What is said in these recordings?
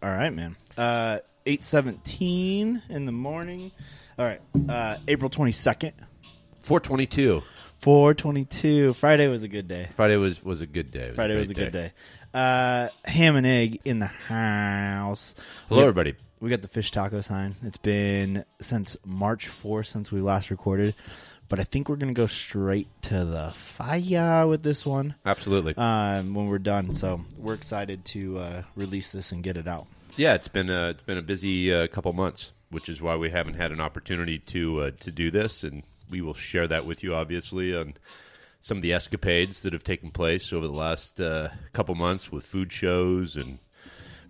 All right, man. Uh, eight seventeen in the morning. All right, uh, April twenty second, 422. four twenty two. Friday was a good day. Friday was, was a good day. It Friday was a good great day. Uh, ham and egg in the house. We Hello, got- everybody. We got the fish taco sign. It's been since March 4th since we last recorded, but I think we're going to go straight to the fire with this one Absolutely. um, when we're done. So we're excited to uh, release this and get it out. yeah, it's been a, it's been a busy uh, couple months, which is why we haven't had an opportunity to uh, to do this, and we will share that with you, obviously, on some of the escapades that have taken place over the last uh, couple months with food shows and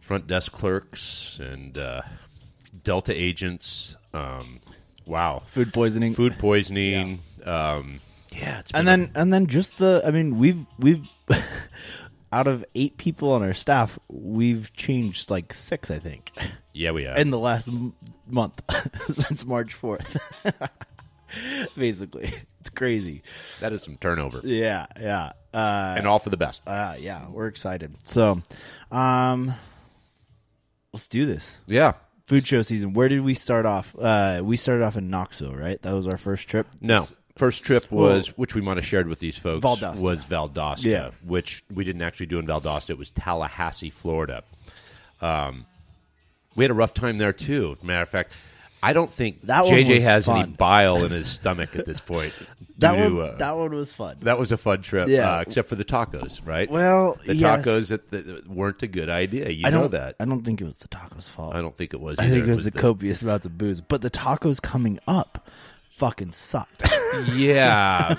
front desk clerks and uh, Delta agents. Um, wow, Food poisoning. food poisoning. Yeah, um, yeah it's and been a- then and then just the I mean we've we've out of 8 people on our staff, we've changed like 6 I think. yeah, we have. in the last m- month since March 4th. Basically, it's crazy. that is some turnover, Yeah, yeah. Uh, and all for the best. uh yeah, we're excited. So, um let's do this. Yeah. Food show season. Where did we start off? Uh we started off in Knoxville, right? That was our first trip. No. Just- First trip was, which we might have shared with these folks, Valdosta. was Valdosta, Yeah. which we didn't actually do in Valdosta. It was Tallahassee, Florida. Um, we had a rough time there too. Matter of fact, I don't think That one JJ was has any fun. bile in his stomach at this point. that due to, one uh, that one was fun. that was a fun trip, Yeah. uh, except for the tacos, right? Well, the yes. tacos that, that weren't a good idea. You I know don't that. I don't think it was the tacos fault. I don't think it was. I either. think it was, the, copious amounts of booze, but the tacos coming up fucking sucked. yeah,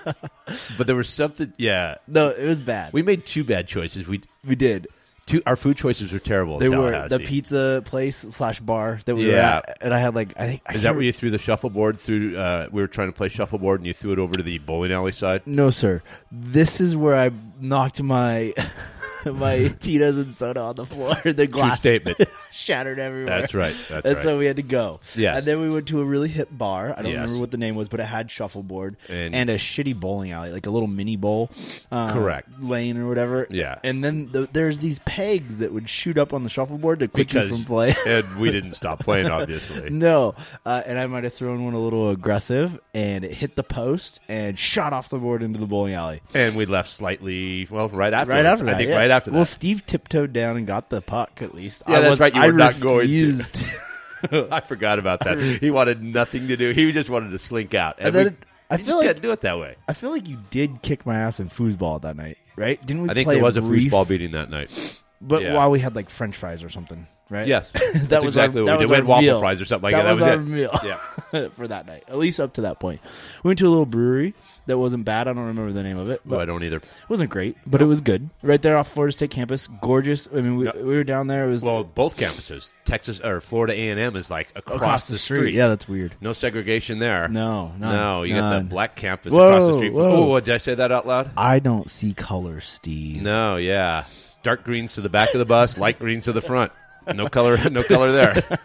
but there was something. Yeah, no, it was bad. we made two bad choices. We we did. Two, our food choices were terrible. in They were Tallahassee. the pizza place slash bar that we were Yeah. at, and I had like I think I Is that can't- where you threw the shuffleboard? Through uh, we were trying to play shuffleboard, and you threw it over to the bowling alley side. No, sir. This is where I knocked my my Tito's and soda on the floor. The glass statement. shattered everywhere. That's right. That's and right. so we had to go. Yes. And then we went to a really hip bar. I don't Yes. remember what the name was, but it had shuffleboard And- and, a shitty bowling alley, like a little mini bowl. uh, Correct. Lane or whatever. Yeah. And then th- there's these pegs that would shoot up on the shuffleboard to quit you from play. and we didn't stop playing, obviously. No, uh, and I might have thrown one a little aggressive, and it hit the post and shot off the board into the bowling alley. and we left slightly. Well, right after. Right after that, I think yeah. right after that. Well, Steve tiptoed down and got the puck at least. Yeah, I that's was, right, you I were not going to. refused. I forgot about that. He wanted nothing to do. He just wanted to slink out. And, And then we- it- I you feel just like- can't do it that way. I feel like you did kick my ass in foosball that night, right? Didn't we? I think play there was a brief- foosball beating that night. but yeah. while we had like French fries or something, right? Yes, that that's was exactly our, what that we was did. We had our waffle meal. fries or something like that. was, our That was it. meal. for that night, at least up to that point. We went to a little brewery that wasn't bad. I don't remember the name of it, but Well, I don't either. it wasn't great, but it was good. Right there off Florida State campus, gorgeous. I mean, we, No. we were down there. It was Well, both campuses, Texas or Florida A and M, is like across, across the street. Yeah, that's weird. No segregation there. No, none, no. You got none. that black campus Whoa, across the street. From, whoa. oh, what, did I say that out loud? I don't see color, Steve. No, yeah. Dark greens to the back of the bus, light greens to the front. No color, no color there.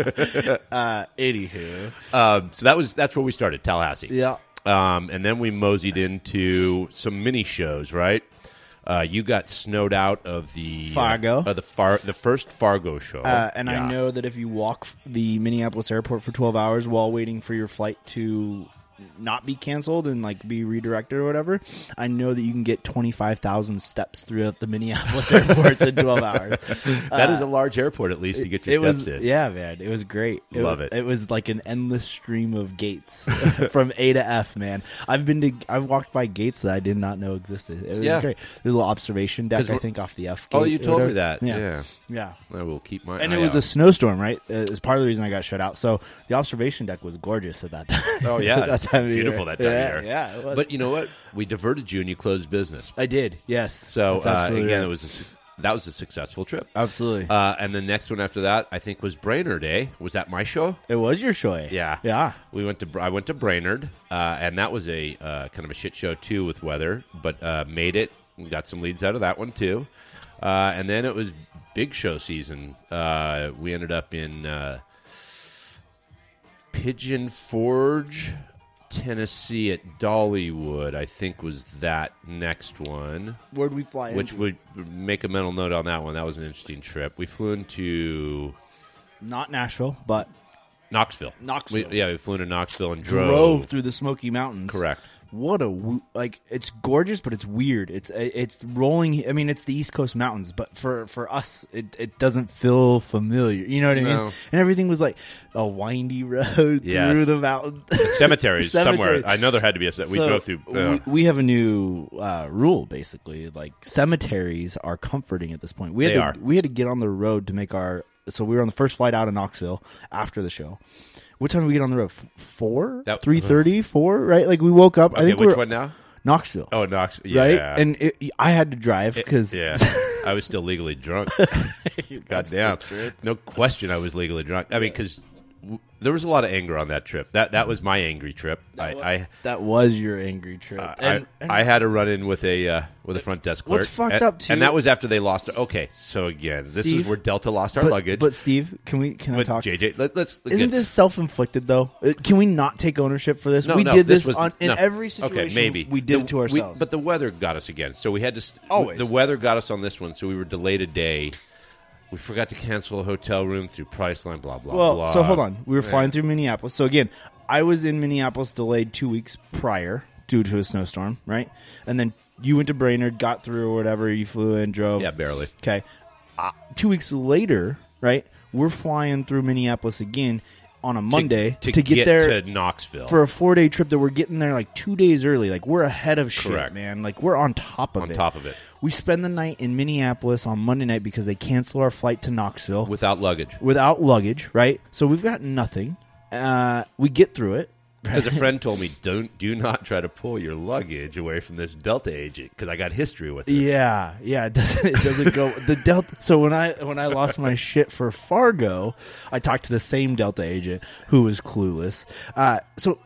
Uh, anywho, Um, so that was that's where we started, Tallahassee. yeah, Um, and then we moseyed into some mini shows, right? Uh, you got snowed out of the Fargo. uh, the far the first Fargo show, uh, and Oh, Yeah. I know that if you walk f- the Minneapolis airport for twelve hours while waiting for your flight to not be canceled and like be redirected or whatever, I know that you can get twenty five thousand steps throughout the Minneapolis airports in twelve hours. that is a large airport at least to get your uh, it steps was in. yeah, man. It was great. It Love was, it. It was like an endless stream of gates from A to F, man. I've been to I've walked by gates that I did not know existed. It was Yeah. great. There's a little observation deck, 'Cause I we're- think, off the F. Oh, gate you or told me whatever. that. Yeah. yeah. I will keep my And eye it was out. a snowstorm, right? Uh, It's part of the reason I got shut out. So the observation deck was gorgeous at that time. Oh yeah, that time of year. beautiful that time yeah, of year. Yeah, it was. but you know what? We diverted you and you closed business. I did. Yes. So That's uh, absolutely again, right. it was a, su- that was a successful trip. absolutely. Uh, and the next one after that, I think was Brainerd. Eh? Was that my show? it was your show. Yeah, Yeah. We went to Br- I went to Brainerd, uh, and that was a uh, kind of a shit show too with weather, but uh, made it. We got some leads out of that one too. Uh, and then it was big show season. Uh, we ended up in uh, Pigeon Forge, Tennessee at Dollywood, I think, was that next one, Where'd we fly? which into? would make a mental note on that one. That was an interesting trip. We flew into not Nashville, but Knoxville. Knoxville. We, yeah, we flew into Knoxville and drove, drove. through the Smoky Mountains. Correct. What a w- like! It's gorgeous, but it's weird. It's uh, it's rolling. I mean, it's the East Coast mountains, but for for us, it, it doesn't feel familiar. You know what I No. mean? And everything was like a windy road Yes. through the mountain. Cemeteries. Cemeteries, somewhere. I know there had to be a. we So, drove through. uh, we, we have a new uh, rule, basically. Like cemeteries are comforting at this point. We had They to, are. We had to get on the road to make our. So we were on the first flight out of Knoxville after the show. What time did we get on the road? F- Four, That- three thirty, four. Right? Like we woke up. I okay, think we which we're one now? Knoxville. Oh, Knoxville. Right, Yeah. and it, I had to drive because Yeah, I was still legally drunk. Goddamn, no question, I was legally drunk. I mean, because w- there was a lot of anger on that trip. That that was my angry trip. I I, that was your angry trip. Uh, I, I had a run in with a uh, with a front desk clerk. What's fucked and, up, too- and that was after they lost. Okay, so again, this Steve? is where Delta lost our but, luggage. But Steve, can we can I But talk? JJ, let, us Isn't this self inflicted though? Uh, Can we not take ownership for this? No, we no, did this, was- on, in no. every situation. Okay, maybe we did The- it to ourselves. We, but the weather got us again, so we had to. St- Always. the weather got us on this one, so we were delayed a day. We forgot to cancel a hotel room through Priceline. Blah blah. well, blah. so hold on. We were flying through Minneapolis. So again, I was in Minneapolis delayed two weeks prior due to a snowstorm, right? And then you went to Brainerd, got through or whatever. You flew in, drove. Yeah, barely. Okay. Uh, two weeks later, right? We're flying through Minneapolis again on a Monday to, get, there to Knoxville for a four day trip that we're getting there like two days early. Like we're ahead of shit, Correct. man. Like we're on top of on it. top of it We spend the night in Minneapolis on Monday night because they cancel our flight to Knoxville without luggage without luggage, right? So we've got nothing. Uh, we get through it. because a friend told me don't do not try to pull your luggage away from this Delta agent because I got history with it. Yeah, yeah. It doesn't it doesn't go the Delta? So when I when I lost my shit for Fargo, I talked to the same Delta agent who was clueless. Uh, so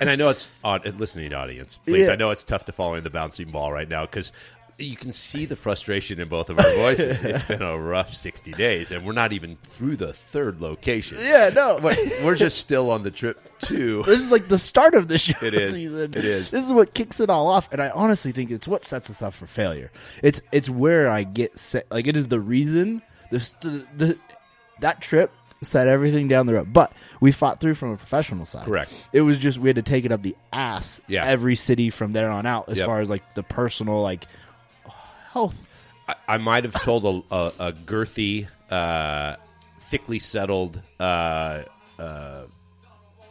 and I know it's odd, and listening audience. Please, Yeah. I know it's tough to follow in the bouncing ball right now because you can see the frustration in both of our voices. it's been a rough sixty days, and we're not even through the third location. yeah, no, Wait, we're just still on the trip two. this is like the start of the show It is. season. It is. This is what kicks it all off, and I honestly think it's what sets us up for failure. It's it's where I get set. Like it is the reason this the, the that trip set everything down the road. But we fought through from a professional side. Correct. It was just we had to take it up the ass. Yeah. Every city from there on out, as Yep. far as like the personal like health. I, I might have told a, a, a girthy, uh, thickly settled uh, uh,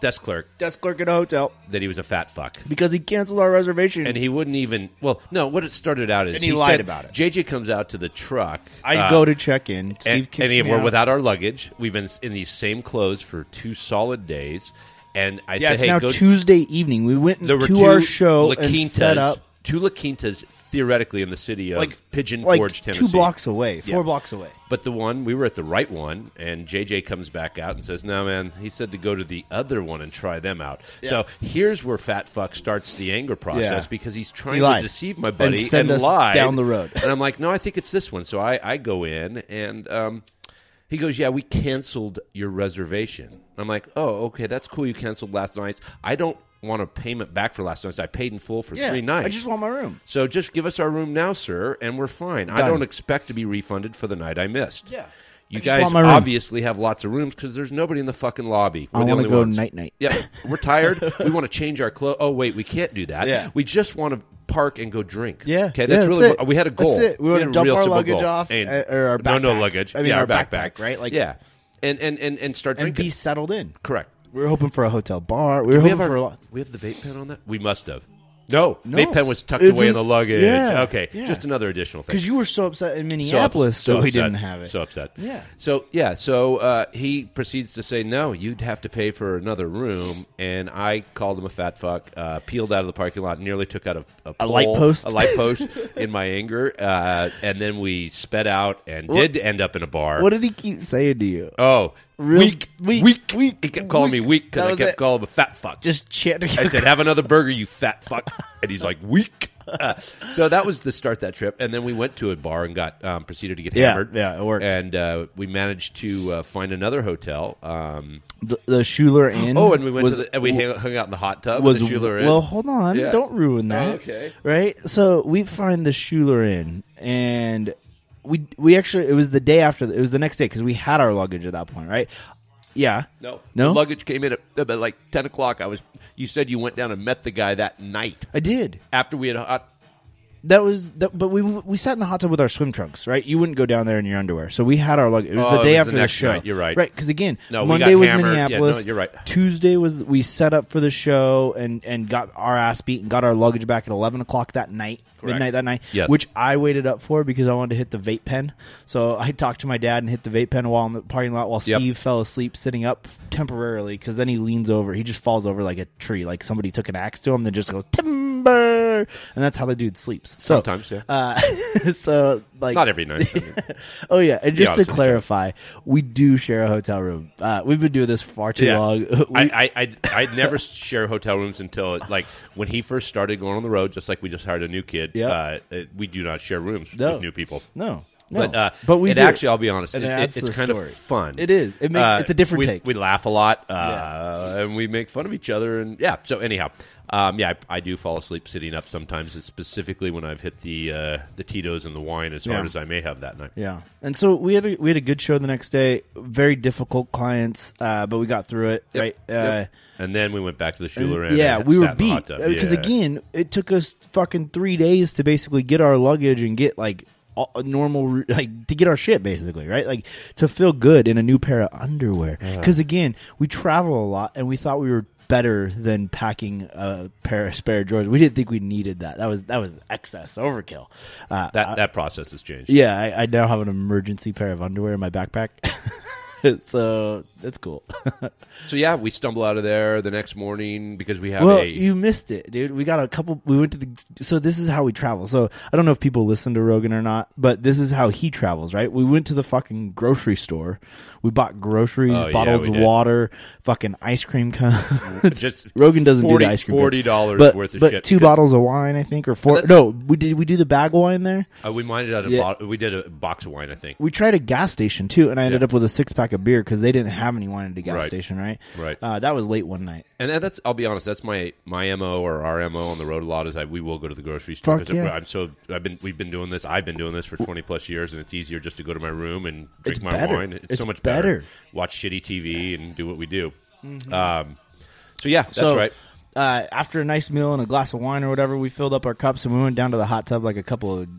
desk clerk Desk clerk at a hotel that he was a fat fuck. because he canceled our reservation. And he wouldn't even. Well, no. What it started out is And he lied said- about it. JJ comes out to the truck. I uh, go to check in. Steve and, kicks and me we're out. without our luggage. We've been in these same clothes for two solid days, and I Yeah, said, it's "Hey, now go Tuesday evening. We went there were to two our show La and set Quintas- up two La Quintas theoretically in the city of like Pigeon like Forge, Tennessee, two blocks away, four Yeah. blocks away. But the one we were at the right one, and JJ comes back out and says, "No, man," he said to go to the other one and try them out. So here's where Fat Fuck starts the anger process Yeah. because he's He trying lied. to deceive my buddy And send us lie down the road. and I'm like, "No, I think it's this one." So I, I go in and. Um, he goes, yeah, we canceled your reservation. I'm like, oh, okay, that's cool. You canceled last night's. I don't want a payment back for last night's. I paid in full for three nights. I just want my room. So just give us our room now, sir, and we're fine. I Done. don't expect to be refunded for the night I missed. Yeah. You I just guys want my room. obviously have lots of rooms because there's nobody in the fucking lobby. We're I the want only to go ones. night night. Yeah, we're tired. we want to change our clothes. Oh wait, we can't do that. Yeah. We just want to park and go drink. Yeah, Okay, yeah, that's that's really it. what, we had a goal. That's it. We wanna had a dump real our simple luggage goal. off, And- uh, or our No, backpack. no luggage. I mean, yeah, our our backpack, right? Like- yeah, and and and and start and drinking. be settled in. Correct. We were hoping for a hotel bar. We were hoping We have our- for a lot. We have the vape pen on that. We must have. No, No. vape pen was tucked It's away in- in the luggage. Yeah, Okay, yeah. just another additional thing. Because you were so upset in So ups- Minneapolis, so, we upset. didn't have it. So upset. Yeah. So yeah. So uh, he proceeds to say, "No, you'd have to pay for another room." And I called him a fat fuck. Uh, peeled out of the parking lot. Nearly took out a a, pole, light post? A light post in my anger. Uh, and then we sped out and did end up in a bar. what did he keep saying to you? oh, Real- weak, weak, weak, weak, He kept calling me That weak because I was kept it. calling him a fat fuck. Just chanting. I said, "Have another burger, you fat fuck," and he's like, "Weak." Uh, so that was the start of that trip, and then we went to a bar and got um, proceeded to get Yeah, hammered. yeah, it worked. And uh, we managed to uh, find another hotel. Um, The, the Schuler Inn. oh, and we went was, to the, and we hang, hung out in the hot tub. at was the Schuler Inn. well. Hold on, Yeah. Oh, don't ruin that. okay. right? So we find the Schuler Inn, and we we actually it was the day after it was the next day because we had our luggage at that point, right? Yeah. No, No? The luggage came in at about like ten o'clock. I was. You said you went down and met the guy that night I did. after we had hot. That was, that, but we we sat in the hot tub with our swim trunks, right? You wouldn't go down there in your underwear, so we had our luggage. It was Oh, the day it was the after the, next show. night. You're right. right? Because again, No, we Monday got was hammered. Yeah, no, Minneapolis. you're right. Tuesday was we set up for the show and and got our ass beat and got our luggage back at eleven o'clock that night, midnight that night. Yes. which I waited up for because I wanted to hit the vape pen. So I talked to my dad and hit the vape pen while in the parking lot while Yep. Steve fell asleep sitting up temporarily because then he leans over, he just falls over like a tree, like somebody took an axe to him, then just goes timber, and that's how the dude sleeps. So Sometimes, yeah. uh, so like Not every night. I mean, oh yeah, and just honest to with each other. clarify, we do share a hotel room. Uh, we've been doing this far too Yeah. long. We- I, I, I, I'd never share hotel rooms until like when he first started going on the road. Just like we just hired a new kid. Yeah. Uh, it- we do not share rooms No. with new people. no, no, But uh, but we it do. actually, I'll be honest, And it- it it- adds to it's the kind story. of fun. Uh, It is. It makes- it's a different we, take. We laugh a lot, uh, Yeah. and we make fun of each other, and yeah. So anyhow, um, yeah, I, I do fall asleep sitting up sometimes, and specifically when I've hit the uh, the Tito's and the wine as hard Yeah. as I may have that night. Yeah, and so we had a, we had a good show the next day. Very difficult clients, uh, but we got through it. Right? Uh, Yep. and then we went back to the Schuler Inn. Yeah, and we sat were in the hot beat tub. because Yeah. again, it took us fucking three days to basically get our luggage and get like all- a normal ru- like to get our shit basically right like to feel good in a new pair of underwear Uh-huh. because again we travel a lot and we thought we were better than packing a pair of spare drawers we didn't think we needed that that was that was excess overkill uh, that that process has changed. yeah, I, I now have an emergency pair of underwear in my backpack. so that's cool. So yeah, we stumble out of there the next morning because we have well, a you missed it, dude. We got a couple. We went to the. So this is how we travel. So I don't know if people listen to Rogan or not, but this is how he travels, right? We went to the fucking grocery store. We bought groceries, Oh, yeah, bottles we of did. water, fucking ice cream cones. just Rogan doesn't 40, do the ice cream. forty dollars but, worth of but shit. two because- bottles of wine, I think, or four. That- No, we did. We do the bag of wine there. Uh, we minded out a Yeah. bottle, we did a box of wine, I think. we tried a gas station too, and I ended Yeah. up with a six pack of beer because they didn't have any wine at the gas Right. station, right? Right. Uh, that was late one night. And that- that's I'll be honest, that's my my mo or our mo on the road a lot is I we will go to the grocery store Fuck because yeah. I'm so I've been we've been doing this I've been doing this for twenty plus years and it's easier just to go to my room and drink It's my better. wine. It's, It's so much better. Mm-hmm. better. Watch shitty TV and do what we do. Um, so yeah, that's so, right. Uh, after a nice meal and a glass of wine or whatever, we filled up our cups and we went down to the hot tub like a couple of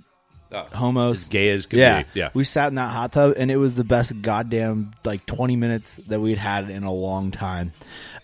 Uh, homos. gay as could Yeah, be. Yeah. We sat in that hot tub, and it was the best goddamn like twenty minutes that we'd had in a long time.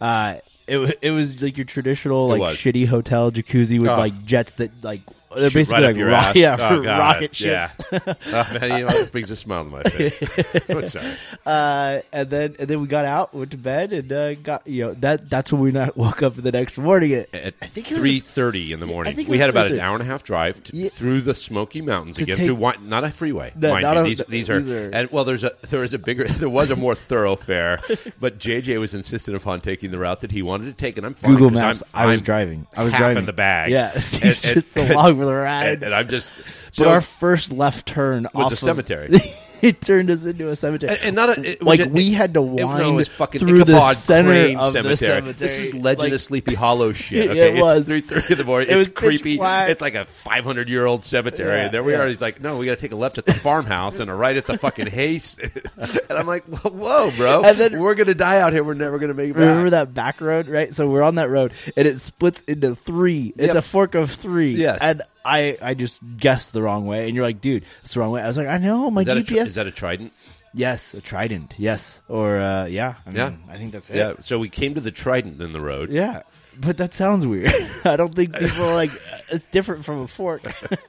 Uh, it wa- it was like your traditional like was. shitty hotel jacuzzi with Oh. like jets that like they're Shoot basically right up like your ro- ass. yeah Oh, God. rocket ships. Yeah. Oh, man, you know, it brings a smile to my face. I'm sorry. uh, and then and then we got out, went to bed, and uh, got you know that that's when we not woke up the next morning. At, at I think it was- three thirty in the I morning. think it we was had about 3:30. an hour and a half drive to, Yeah. through the Smoky Mountains To again. take- through wi- not a freeway. No, mind not you. a- these, these are, these are- and well, there's a there is a bigger there was a more thoroughfare, but JJ was insistent upon taking the route that he wanted to take, and I'm fine, Google 'cause Maps. I'm, I was I'm driving. I was half driving in the bag. Yeah, it's and, and- just along for the ride. and- and I'm just so but our first left turn was off a of- cemetery. it turned us into a cemetery, and, and not a, it was like a- we it- had to it- wind no, it was fucking through the Ichabod center Crane of cemetery. the cemetery. This is Legend Like, of Sleepy Hollow shit. Yeah, Okay, it was. it's three thirty in the morning. It was it's pitch creepy. black. It's like a five hundred year old cemetery. Yeah, and there we yeah. are. He's like, no, we got to take a left at the farmhouse and a right at the fucking Hayes. and I'm like, whoa, bro, And then- we're gonna die out here. We're never gonna make it back. Remember that back road, right? So we're on that road, and it splits into three. It's Yep. a fork of three. Yes. and I, I just guessed the wrong way, and you're like, dude, it's the wrong way. I was like, I know my Is that, a, GPS. tr- is that a trident? Yes, a trident. Yes, or uh, yeah, I mean, Yeah. I think that's it. Yeah. So we came to the trident in the road. Yeah. But that sounds weird. I don't think people are like uh, it's different from a fork.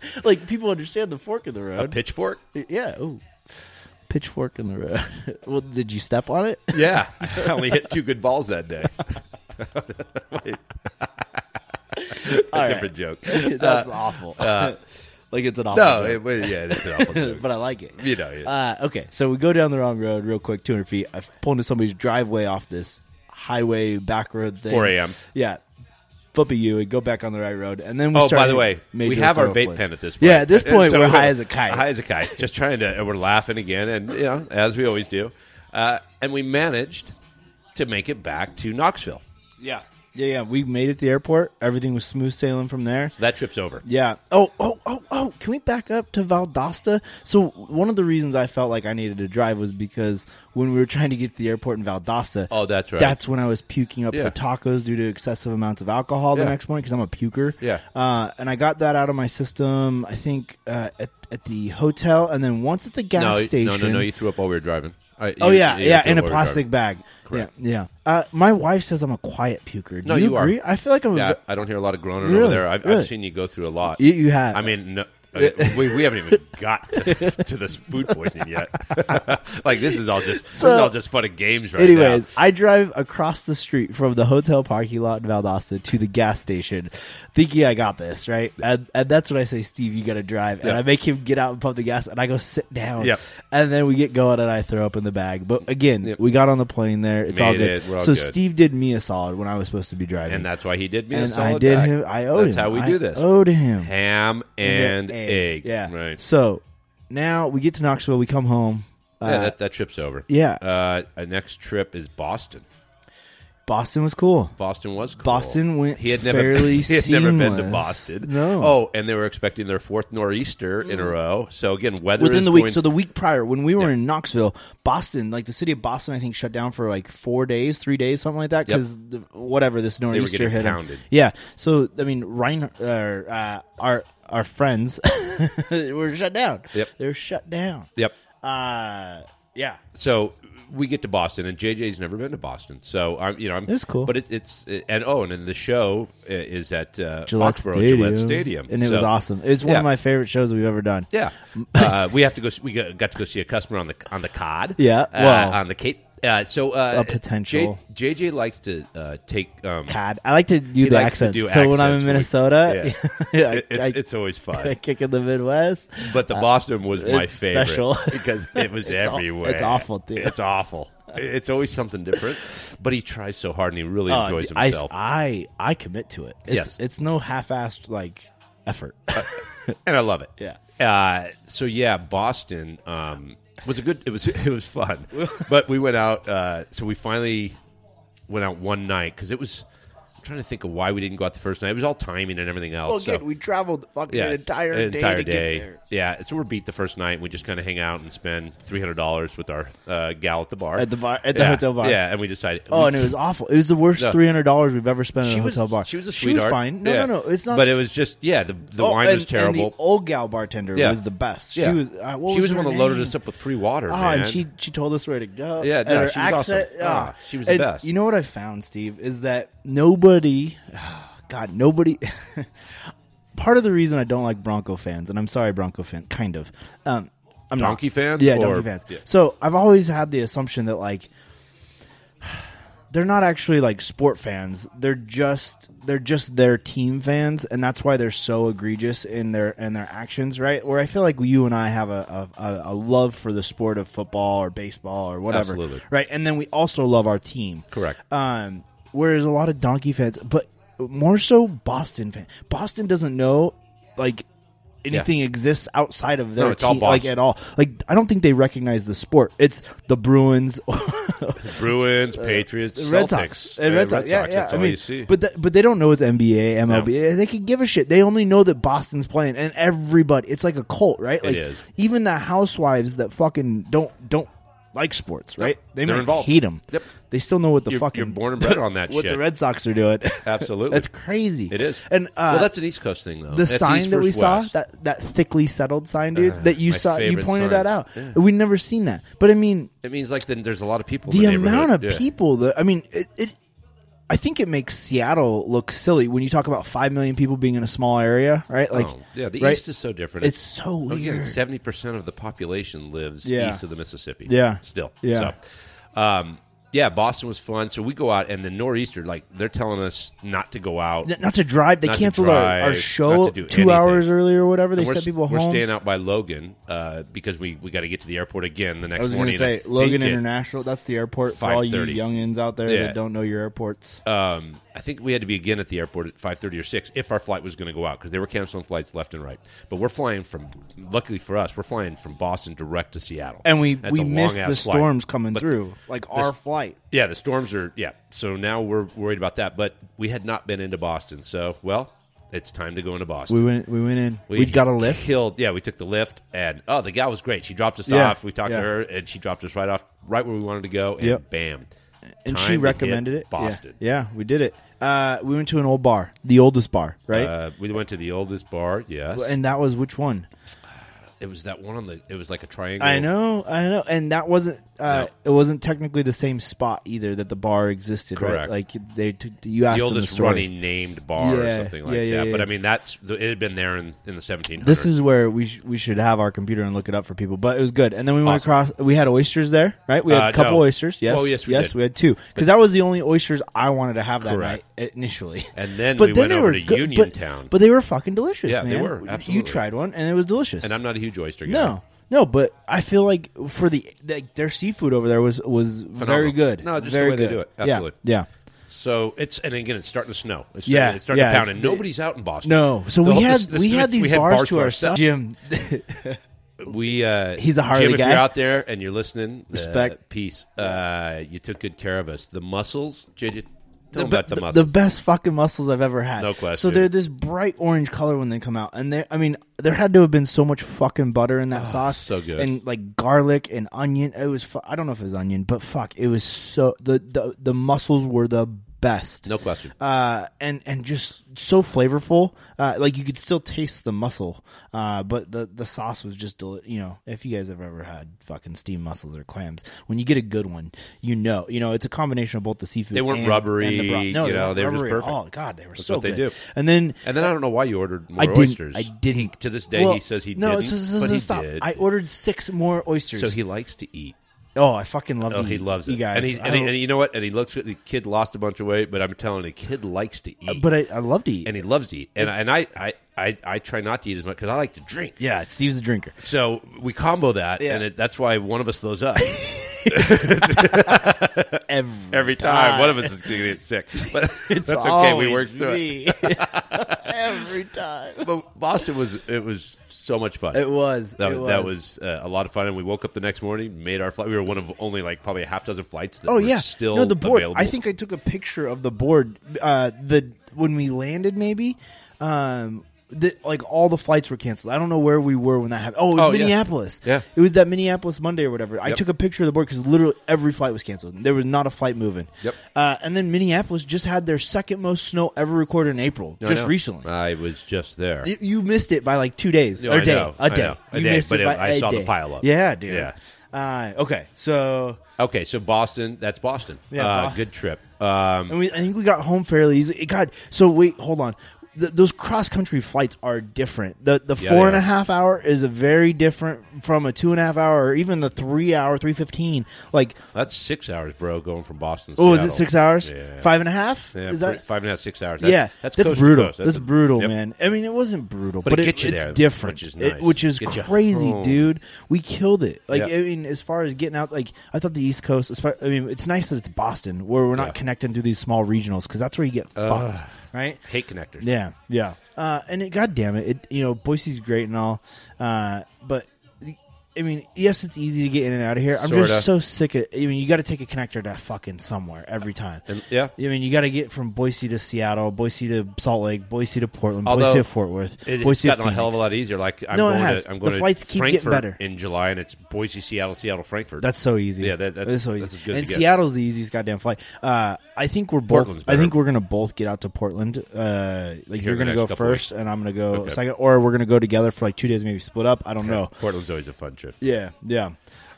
like people understand the fork in the A road. pitchfork. yeah. Ooh. Pitchfork in the road. well, did you step on it? Yeah, I only hit two good balls that day. a All different joke. That's awful. like it's an awful. No, joke. it, well, yeah, it's an awful joke. but I like it. You know, yeah. Uh, okay, so we go down the wrong road real quick, 200 feet. I pull into somebody's driveway off this highway back road thing. 4 a.m.. Yeah. flip of you and go back on the right road. And then we oh, by started the way, we major have our vape thoroughfare. pen at this point. Yeah, at this point So we're high as a kite. High as a kite. Just trying to, and we're laughing again, and you know, as we always do, uh, and we managed to make it back to Knoxville. Yeah, yeah, yeah. We made it to the airport. Everything was smooth sailing from there. That trip's over. Yeah. Oh, oh, oh, oh. Can we back up to Valdosta? So one of the reasons I felt like I needed to drive was because when we were trying to get to the airport in Valdosta, Oh, that's right. that's when I was puking up Yeah. the tacos due to excessive amounts of alcohol the Yeah. next morning because I'm a puker. Yeah. Uh, and I got that out of my system. I think uh, at, at the hotel, and then once at the gas no, station. no, no, no. You threw up while we were driving. I- Oh you- yeah, you yeah, threw in a up while we were plastic driving. bag. Correct. Yeah, yeah. Uh, my wife says I'm a quiet puker. Do No, you, you are. agree? I feel like I'm. A, Yeah, I don't hear a lot of groaning Really? over there. I've, Really? I've seen you go through a lot. You- you have. I mean, no, uh, we, we haven't even got to, to this food poisoning yet. like this is all just this So- is all just fun and games right now. Anyways, I drive across the street from the hotel parking lot in Valdosta to the gas station, thinking I got this right, and, and that's when I say, "Steve, you got to drive," and Yeah. I make him get out and pump the gas, and I go sit down, Yep. and then we get going, and I throw up in the bag. But again, Yep. we got on the plane there; it's Made all good. it. We're all so good. Steve did me a solid when I was supposed to be driving, and that's why he did me a And solid I did back. him. I owed That's him. how we I do this. Owed him Ham and, egg. Yeah, right. So now we get to Knoxville. We come home. Uh, yeah, that, that trip's over. yeah. Uh, our next trip is Boston. Boston was cool. Boston was cool. Boston went He had fairly never he had never been to seamless. Boston. No. Mm. Oh, and they were expecting their fourth nor'easter in a row. So again, weather within is the week. going- So the week prior, when we were in Knoxville, Boston, like the city of Boston, I think shut down for like four days, three days, something like that, Yep. because whatever this nor'easter getting hit 'em. pounded. Yeah. So I mean, Ryan, uh, uh, our our friends were shut down. Yep. They're shut down. yep. Uh, yeah. so we get to Boston, and JJ's never been to Boston, so I'm you know I'm It's cool. but it, it's and oh, and then the show i- is at uh, Gillette Foxborough Stadium. Gillette Stadium, and it was So- awesome. It was one Yeah. of my favorite shows that we've ever done. Yeah, uh, we have to go. s- We got, got to go see a customer on the on the cod. Yeah, well- uh, on the Cape. Uh, so uh, A potential. J, JJ likes to uh, take um, God, I like to do the likes to accents. do so when I'm accents in when we- Minnesota, yeah, I, it- it's, I, it's always I fun. kick in the Midwest. But the Boston was my it's favorite special. because it was It's aw- everywhere. it's awful, dude. It's awful. It's always something different. But he tries so hard and he really Oh, enjoys d- I- himself. I, I commit to it. It's, Yes. it's no half-assed like effort. and I love it. Yeah. Uh, so yeah, Boston um, was a good. It was it was fun, but we went out. Uh, so we finally went out one night because it was. I'm trying to think of why we didn't go out the first night. It was all timing and everything else. so- we traveled fucking yeah, an Yeah, so we're beat the first night. and We just kind of hang out and spend three hundred dollars with our uh, gal at the bar at the bar at the Yeah, hotel bar. Yeah, and we decided. Oh, and it was awful. It was the worst No. three hundred dollars we've ever spent at a was- hotel bar. She was a She was sweetheart. fine. No, Yeah. no, no. It's not. But it was just yeah. The the Oh, wine and- was terrible. And the old gal bartender Yeah. was the best. Yeah. She was. Uh, what she was, her the one that loaded name? us up with free water. Oh, man. and she she told us where to go. Yeah, and no, her she was awesome. accent. ah. Oh, she was the And best. You know what I found, Steve, is that nobody, God, nobody. part of the reason I don't like Bronco fans, and I'm sorry, Bronco fan, kind of. Um, I'm not- Donkey fans Yeah, or- donkey fans. yeah. So I've always had the assumption that like they're not actually like sport fans. They're just they're just their team fans, and that's why they're so egregious in their in their actions, right? Where I feel like you and I have a a, a- a love for the sport of football or baseball or whatever, Absolutely. right? And then we also love our team, Correct. Um, whereas a lot of donkey fans, but more so Boston fan. Boston doesn't know like anything exists outside of their it's all team, like Boston. at all. Like I don't think they recognize the sport. It's the Bruins. Bruins, Patriots, uh, The Celtics, Red Sox. and Uh, Red Sox. Yeah, yeah. That's I all mean, you see. but th- but they don't know it's NBA, MLB. They could give a shit. They only know that Boston's playing, and everybody. It's like a cult, right? Like is. even the housewives that fucking don't don't like sports, right? They They're might involved. hate them. Yep. They still know what the You're- fucking you're born and bred on that what shit. the Red Sox are doing. Absolutely. that's crazy. it is. And uh, well, that's an East Coast thing, though. the That's sign East that we versus saw West. Uh, that that thickly settled sign, dude. that you my saw, you favorite pointed sign. that out. We'd never seen that, but I mean, it means like then there's a lot of people. the in the amount of neighborhood. Yeah. people that I mean, it, it. I think it makes Seattle look silly when you talk about five million people being in a small area, right? Like, Oh, yeah, the right? East is so different. Oh, It's so weird. Seventy percent of the population lives Yeah. east of the Mississippi. Yeah. still. Yeah. So, um, yeah, Boston was fun. So we go out, and the nor'easter, like they're telling us not to go out. N- Not to drive. They Not to canceled our, our drive, show not two to do anything. hours earlier or whatever. They And we're sent s- people we're home. staying out by Logan uh, because we, we got to get to the airport again the next I was going morning. to say I Logan think it- International. That's the airport for all you 5:30. youngins out there Yeah. that don't know your airports. um, I think we had to be again at the airport at five thirty or six if our flight was going to go out because they were canceling flights left and right. But we're flying from, luckily for us, we're flying from Boston direct to Seattle, and we That's we a missed long-ass the flight. storms coming But- through, like our flight. Yeah, the storms are yeah. So now we're worried about that, but we had not been into Boston, so well, it's time to go into Boston. We went we went in. We would got a lift. Killed. Yeah, we took the lift, and oh, the gal was great. She dropped us Yeah, off. We talked yeah. to her, and she dropped us right off, right where we wanted to go, and Yep. bam. and Time she to recommended hit it. Yeah. Boston. Yeah, we did it. Uh, we went to an old bar, the oldest bar, right? Uh, we went to the oldest bar. Yes, and that was which one? it was that one on the. It was like a triangle. I know, I know. And that wasn't uh, it wasn't technically the same spot either that the bar existed, right? Correct. Like they took you asked The them the oldest story. running named bar or Yeah, something like yeah, yeah, that. But yeah. I mean, that's it had been there in, in the 1700s. This is where we sh- we should have our computer and look it up for people. But it was good. And then we went Awesome. across. We had oysters there, right? We had Uh, a couple no. oysters. Yes. Oh, yes, we yes, did. we had two because that was the only oysters I wanted to have that Correct. night initially. And then but we then went they over were to good, but, Uniontown. but they were fucking delicious. Yeah, they man. were, You absolutely. tried one and it was delicious. and I'm not a huge oyster guy. no, no, but I feel like for the like their seafood over there was was very good. No, just the very way they good. do it. Yeah, Absolutely. Yeah. So it's and again it's starting to snow. It's Yeah, starting, it's starting yeah. to pound, and nobody's out in Boston. No, so The we whole- had this- this- we had we these had bars bars to to ourselves. Jim, We uh, He's a Harley Jim, guy. If you're out there and you're listening, uh, Respect. peace. Uh, you took good care of us. The mussels, JJ. Tell them be- about the mussels. best fucking muscles I've ever had. No question. So they're this bright orange color when they come out, and they, I mean, there had to have been so much fucking butter in that sauce, Ah, so good. and like garlic and onion. It was, fu- I don't know if it was onion, but fuck, it was so the the, the mussels were the best. no question. Uh, and and just so flavorful, uh, like you could still taste the mussel, uh, but the the sauce was just deli- you know if you guys have ever had fucking steamed mussels or clams, when you get a good one, you know you know it's a combination of both the seafood. They weren't and- rubbery, and the broth. No, you they know, weren't they were just rubbery at perfect. all. God, they were so what they good. do. And then and then I don't know why you ordered more I didn't. oysters. I didn't. He- to this day, Well, he says he no, didn't, so- so- but so he stop. did. I ordered six more oysters. so he likes to eat. oh, I fucking love. Oh, to he eat, loves you it. guys. and, he's, I and, he, don't- and you know what? And he looks. The kid lost a bunch of weight, but I'm telling you, the kid likes to eat. but I, I love to eat. and he loves to eat. And, I- and I, I, I, I try not to eat as much because I like to drink. yeah, Steve's a drinker. So we combo that, Yeah. and it, that's why one of us throws up Every every time. One of us is going to get sick, but that's okay. We work through it. every time. But Boston was it was so much fun. It was. that it was, that was uh, a lot of fun, and we woke up the next morning, made our flight. We were one of only like probably a half dozen flights that Oh were yeah. still no, the board. available. I think I took a picture of the board. Uh, the when we landed, maybe. Um, the, like all the flights were canceled. I don't know where we were when that happened. Oh, it was Oh, yeah. Minneapolis. Yeah. it was that Minneapolis Monday or whatever. I Yep. took a picture of the board because literally every flight was canceled. There was not a flight moving. Yep. Uh, and then Minneapolis just had their second most snow ever recorded in April, I just know. recently. I was just there. You- You missed it by like two days Yeah, or I a day, know, a I day. know. A you day, missed but it it- by I a saw the day. pile up. Yeah, dude. Yeah. Uh, okay, so Okay, so Boston. That's Boston. Yeah, uh, Bo- good trip. Um, and we, I think we got home fairly easy. God, so wait, hold on. Th those cross country flights are different. The the Yeah, four they and a are. half hour is a very different from a two and a half hour or even the three hour three fifteen. Like, That's six hours, bro, going from Boston. To oh, is it Seattle. six hours? Yeah. Five and a half? Yeah, is fr- that? five and a half, six hours? yeah, that's, that's, coast to brutal. coast. That's, a- brutal, yep. man. I mean, it wasn't brutal, but, But it it, gets you it's there, different, which is It- nice. which is Gets you crazy, home. dude. We killed it. Like, Yeah. I mean, as far as getting out, like I thought the East Coast. espe- I mean, it's nice that it's Boston, where we're not Yeah. connecting through these small regionals because that's where you get fucked, right? Hate connectors. Yeah, yeah. Uh, and it, God damn it, it you know Boise's great and all, uh, but the- I mean, yes, it's easy to get in and out of here. I'm Sorta. just so sick of. I mean, you got to take a connector to fucking somewhere every time. And- yeah. I mean, you got to get from Boise to Seattle, Boise to Salt Lake, Boise to Portland, Although, Boise to Fort Worth, It, it's Boise to gotten a Phoenix. hell of a lot easier. Like I'm No, it going has. to I'm The going flights to keep getting better. Frankfurt in July, and it's Boise, Seattle, Seattle, Frankfurt. That's so easy. Yeah, that- that's- so easy. that's as good as and it gets. Seattle's the easiest goddamn flight. Uh, I think we're both. Portland's I better. think we're gonna both get out to Portland. Uh, like you're Here in gonna the go next couple first, and I'm gonna go Okay. second, or we're gonna go together for like two days, maybe split up. I don't know. Portland's always a fun trip. Yeah, yeah.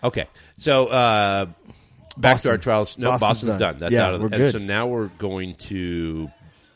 Okay, so uh, back Boston. to our trials. No, Boston's Boston's, done. done. That's Yeah, out of we're the, good. And so now we're going to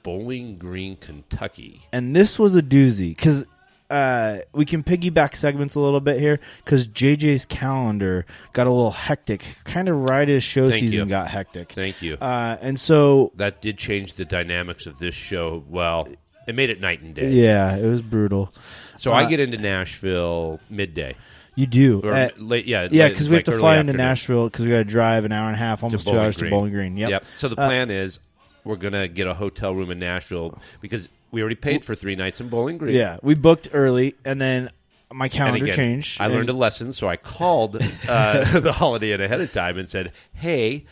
Bowling Green, Kentucky. And this was a doozy because uh, we can piggyback segments a little bit here because JJ's calendar got a little hectic, kind of right as show Thank season you. got hectic. Thank you. Uh, and so, that did change the dynamics of this show. Well, it made it night and day. yeah, Uh, it was brutal. So I get into Nashville midday You do. or At- late. Yeah, uh, yeah, late- because we have like to early fly into afternoon. Nashville because we got to drive an hour and a half, to almost two Bowling hours to Bowling Green. Yep. Uh, So the plan is we're gonna get a hotel room in Nashville because we already paid for three nights in Bowling Green. Yeah, we booked early, and then my And calendar again, changed. I and- learned a lesson, so I called uh, the Holiday Inn ahead of time and said, "Hey,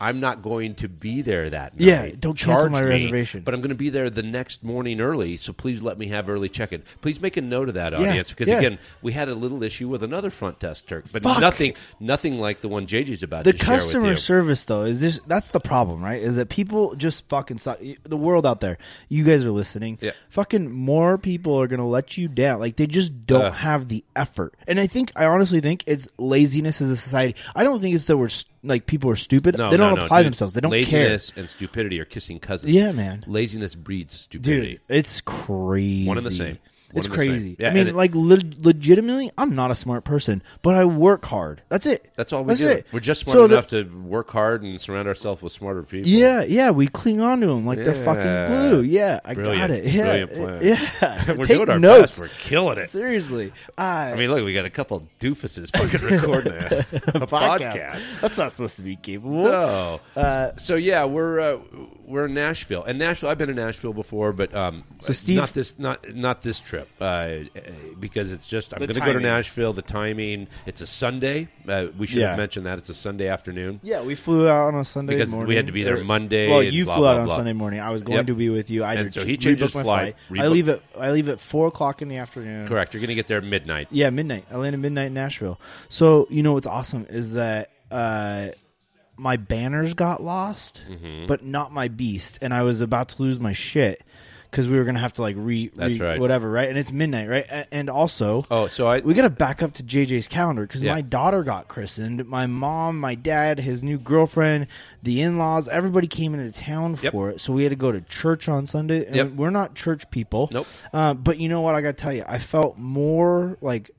I'm not going to be there that night. Yeah, don't cancel Charge my me, reservation." But I'm going to be there the next morning early, so please let me have early check-in. Please make a note of that, Yeah, audience, because yeah. again, we had a little issue with another front desk Turk, but Fuck. nothing, nothing like the one JJ's about the to share with customer you. service though is this that's the problem right is that people just fucking suck the world out there you guys are listening Yeah. fucking more people are gonna let you down like they just don't Uh. have the effort and i think i honestly think it's laziness as a society i don't think it's that we're st- like people are stupid No, they no, don't no, apply dude. themselves they don't Laziness and stupidity are kissing cousins. Yeah, man. Laziness breeds care stupidity. dude it's crazy One and the same. One it's and the same. crazy. Yeah, I mean, and it- like, le- legitimately, I'm not a smart person, but I work hard. That's it. That's all we That's do. It. We're just smart So the- enough to work hard and surround ourselves with smarter people. Yeah, yeah, we cling on to them like they're Yeah. fucking glue. Yeah, I got Brilliant. it. Yeah, Brilliant plan. yeah. We're Take doing our notes. best. We're killing it. Seriously, Uh, I I mean, look, we got a couple doofuses fucking recording a, a podcast. That's not supposed to be capable. No. so yeah, we're uh, we're in Nashville, and Nashville. I've been to Nashville before, but um, so Steve- not this not not this trip uh, uh, because it's just I'm The going to go to timing. Nashville. The timing. It's a Sunday. Uh, we should Yeah. have mentioned that it's a Sunday afternoon. Yeah, we flew out on a Sunday Because we morning. had to be there Or- Monday Well, and you blah, flew blah, out on blah. Sunday morning. I was going Yep. to be with you. I And either so he ch- changed rebooked his my flight, I rebooked- leave at I leave at four o'clock in the afternoon. Correct. You're going to get there midnight. Yeah, midnight. I land at midnight in Nashville. So you know what's awesome is that uh, my banners got lost, Mm-hmm. but not my beast, and I was about to lose my shit because we were gonna have to like re, That's re- right. whatever, right? And it's midnight, right? A- and also, Oh, so I we gotta back up to JJ's calendar because Yeah. my daughter got christened. My mom, my dad, his new girlfriend, the in laws, everybody came into town Yep. for it. So we had to go to church on Sunday. And Yep. we're not church people. Nope. Uh, but you know what? I gotta tell you, I felt more like.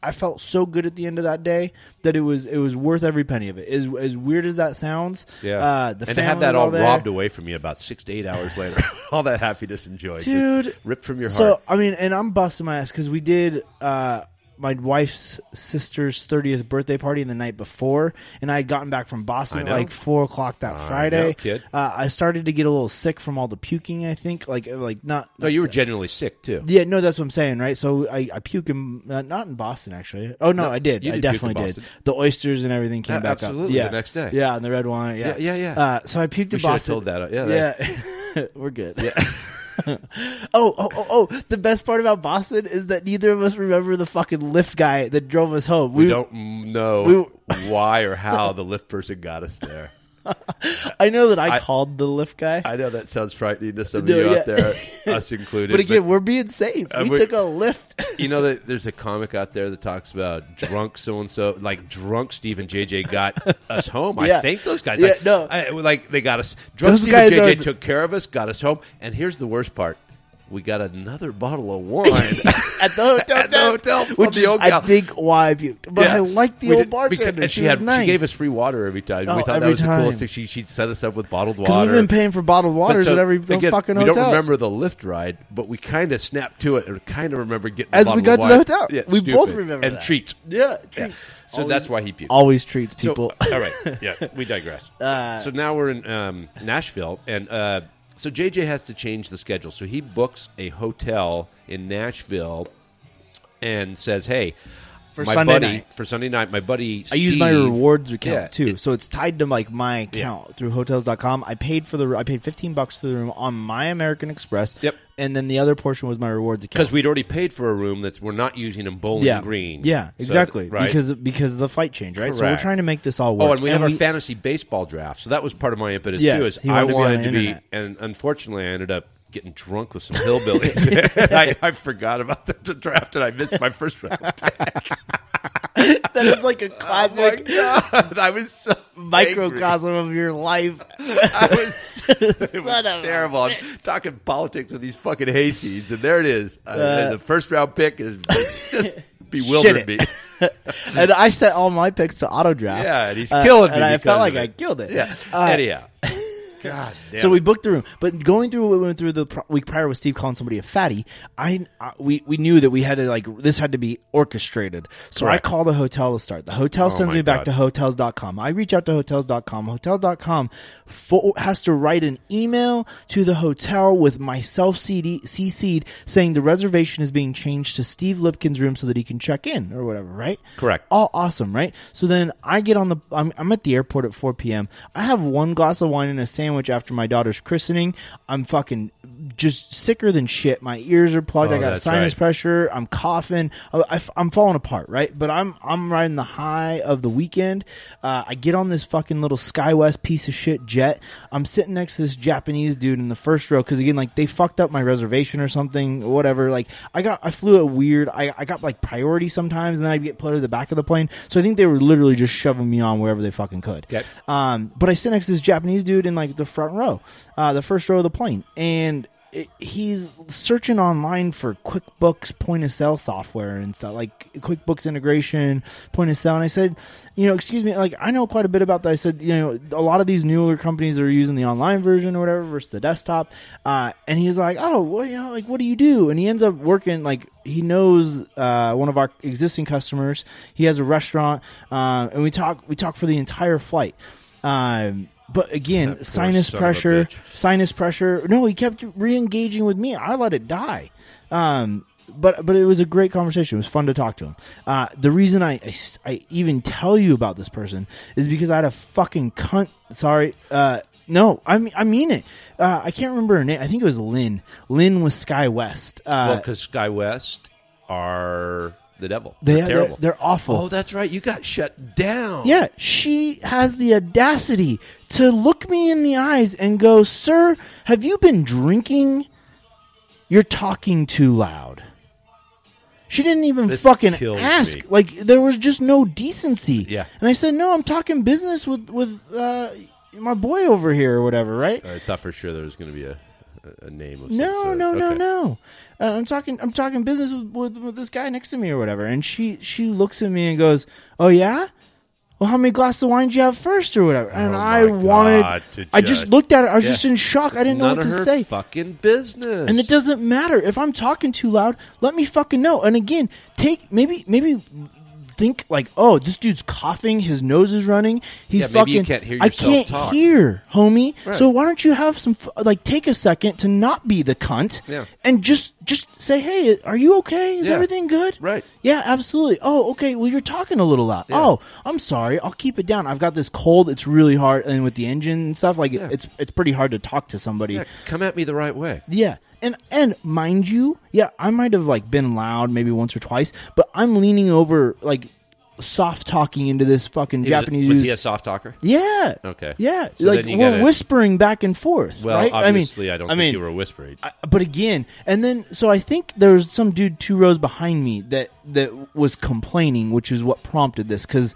I felt so good at the end of that day that it was it was worth every penny of it. As, as weird as that sounds, Yeah, Uh, the and to have that family's all, there. robbed away from you about six to eight hours later, all that happiness and joy, just Dude. ripped from your So heart. I mean, and I'm busting my ass because we did uh, my wife's sister's 30th birthday party the night before, and I had gotten back from Boston at know. like four o'clock that Friday. know, kid. Uh, I started to get a little sick from all the puking. I think like like not. No, you were genuinely sick too. Yeah, no, that's what I'm saying, right? So I, I puke in uh, not in Boston actually. Oh no, No, I did. I you did puke in definitely did. Boston. The oysters and everything came Yeah, back up. absolutely, Yeah, the next day. Yeah, and the red wine. Yeah, Yeah, yeah, yeah. Uh, so I puked in should have Boston. told that. Yeah, yeah. we're good. oh, oh, oh, oh! The best part about Boston is that neither of us remember the fucking lift guy that drove us home. We don't know why or how the lift person got us there. I know that I, I- called the lift guy, I know that sounds frightening to some of No, you yeah. out there, us included. but again, we're being safe. Uh, we we- took a lift. you know that there's a comic out there that talks about drunk so and so, like drunk Steve and JJ got us home. Yeah. I thank those guys. Yeah, Like, no. I- like they got us. Drunk Those Steve and guys are JJ the- took care of us, got us home. And here's the worst part: we got another bottle of wine. At the hotel, At the desk, hotel from which the is, old I gal. think why I puked. But Yeah. I liked the We old did- bartender. because- and she, she, was had nice. she gave us free water every time. Oh, we thought that every was the time. coolest thing. She she'd set us up with bottled because water. we've been paying for bottled waters so, at every again, fucking we hotel. don't remember the lift ride, but we kind of snapped to it and kind of remember getting the As we bottle of got to the wine. hotel. Yeah, We stupid. both remember and that. treats. Yeah, treats. Yeah. So Always- that's why he puked. always treats So, uh, people. all right, yeah, we digress. Uh, so now we're in um, Nashville, and uh, so JJ has to change the schedule. So he books a hotel in Nashville and says, "Hey, For my Sunday buddy, night. for Sunday night, my buddy." I use my Steve- rewards account Yeah, too. it- so it's tied to like my account through hotels.com. I paid for the I paid 15 bucks to the room on my American Express. Yep. And then the other portion was my rewards account. because we'd already paid for a room that's we're not using in Bowling yeah. Green. Yeah, So th- exactly. right. Because because of the fight change, right? So we're Correct. trying to make this all work. oh, and we have our fantasy baseball draft, so that was part of my impetus Yes, too. Is he wanted I to be on wanted the to be, internet. and unfortunately, I ended up getting drunk with some hillbillies. And I, I forgot about the, the draft, and I missed my first round. that is like a Oh my classic god! I was so angry. microcosm of your life. I was It was Son of a terrible. I'm talking politics with these fucking hayseeds, and there it is. I- the first round pick is just bewildered Uh, Shit me. it. and I set all my picks to auto draft. Uh, Yeah, and he's killing me And I because felt of like it. I killed it. Yeah. Uh, Anyhow, God damn. so it. we booked the room, but going through what we went through the pro- week prior with Steve calling somebody a fatty, I, I we we knew that we had to like this had to be orchestrated. So Correct. I call the hotel to start. The hotel sends Oh my me back God. to hotels.com. I reach out to hotels.com. Hotels.com fo- has to write an email to the hotel with myself CD, CC'd saying the reservation is being changed to Steve Lipkin's room so that he can check in or whatever, right? Correct. all awesome, right? So then I get on the I'm, I'm at the airport at 4 p.m. I have one glass of wine and a sandwich after my daughter's christening. I'm fucking just sicker than shit. My ears are plugged. Oh, I got that's sinus right. pressure. I'm coughing. I, am falling apart, right? But I'm I'm riding the high of the weekend. Uh, I get on this fucking little SkyWest piece of shit jet. I'm sitting next to this Japanese dude in the first row because again, like they fucked up my reservation or something, whatever. Like I got I flew a weird. I, I got like priority sometimes, and then I'd get put to the back of the plane. So I think they were literally just shoving me on wherever they fucking could. Okay. Um, but I sit next to this Japanese dude in like the front row, uh, the first row of the plane, and it- he's searching online for QuickBooks point of sale software and stuff like QuickBooks integration, point of sale. And I said, you know, excuse me, like I know quite a bit about that. I said, you know, a lot of these newer companies are using the online version or whatever versus the desktop. Uh, and he's like, oh, well, you know, like what do you do? And he ends up working like he knows uh, one of our existing customers. He has a restaurant, uh, and we talk we talk for the entire flight. Um, but again, poor sinus son of a pressure bitch. sinus pressure. No, he kept re-engaging with me. I let it die. Um, but but it was a great conversation. It was fun to talk to him. Uh, the reason I, I s- I even tell you about this person is because I had a fucking cunt. Sorry. Uh, no, I mean, I mean it. Uh, I can't remember her name. I think it was Lynn. Lynn was Sky West. well, Uh, because Sky West are the devil. they, They're they're, terrible. they're awful. oh, that's right. You got shut down. Yeah, she has the audacity to look me in the eyes and go, Sir, have you been drinking? You're talking too loud. She didn't even This fucking kills ask. me. Like there was just no decency. Yeah. And I said, No, I'm talking business with with uh, my boy over here or whatever, right? I thought for sure there was going to be a, a- a name. Of some No, sort. no, no, Okay. no. Uh, I'm talking. I'm talking business with, with, with this guy next to me or whatever. And she she looks at me and goes, "Oh yeah." Well, how many glasses of wine do you have first or whatever? And Oh, I my wanted. God, to I just just- looked at her. I was Yeah. just in shock. I didn't know None what of to her say. fucking business. And it doesn't matter if I'm talking too loud. Let me fucking know. And again, take maybe maybe think like, oh, this dude's coughing, his nose is running. He Yeah, fucking maybe you can't hear I yourself can't talk. hear, homie. Right. So why don't you have some f- like take a second to not be the cunt Yeah. and just just say, hey, are you okay? Is Yeah. everything good? Right. Yeah, absolutely. Oh, okay. Well, you're talking a little loud. Oh, I'm sorry. I'll keep it down. I've got this cold. It's really hard, and with the engine and stuff, like it's it's pretty hard to talk to somebody. Yeah, come at me the right way. Yeah. And and mind you, yeah, I might have like been loud maybe once or twice, but I'm leaning over like soft talking into this fucking Japanese Was dude's- he a soft talker? Yeah. Okay. Yeah. So like then you we're gotta- whispering back and forth. Well, right? obviously, I, I, mean, I don't think mean, you were whispering. I- but again, and then so I think there was some dude two rows behind me that that was complaining, which is what prompted this because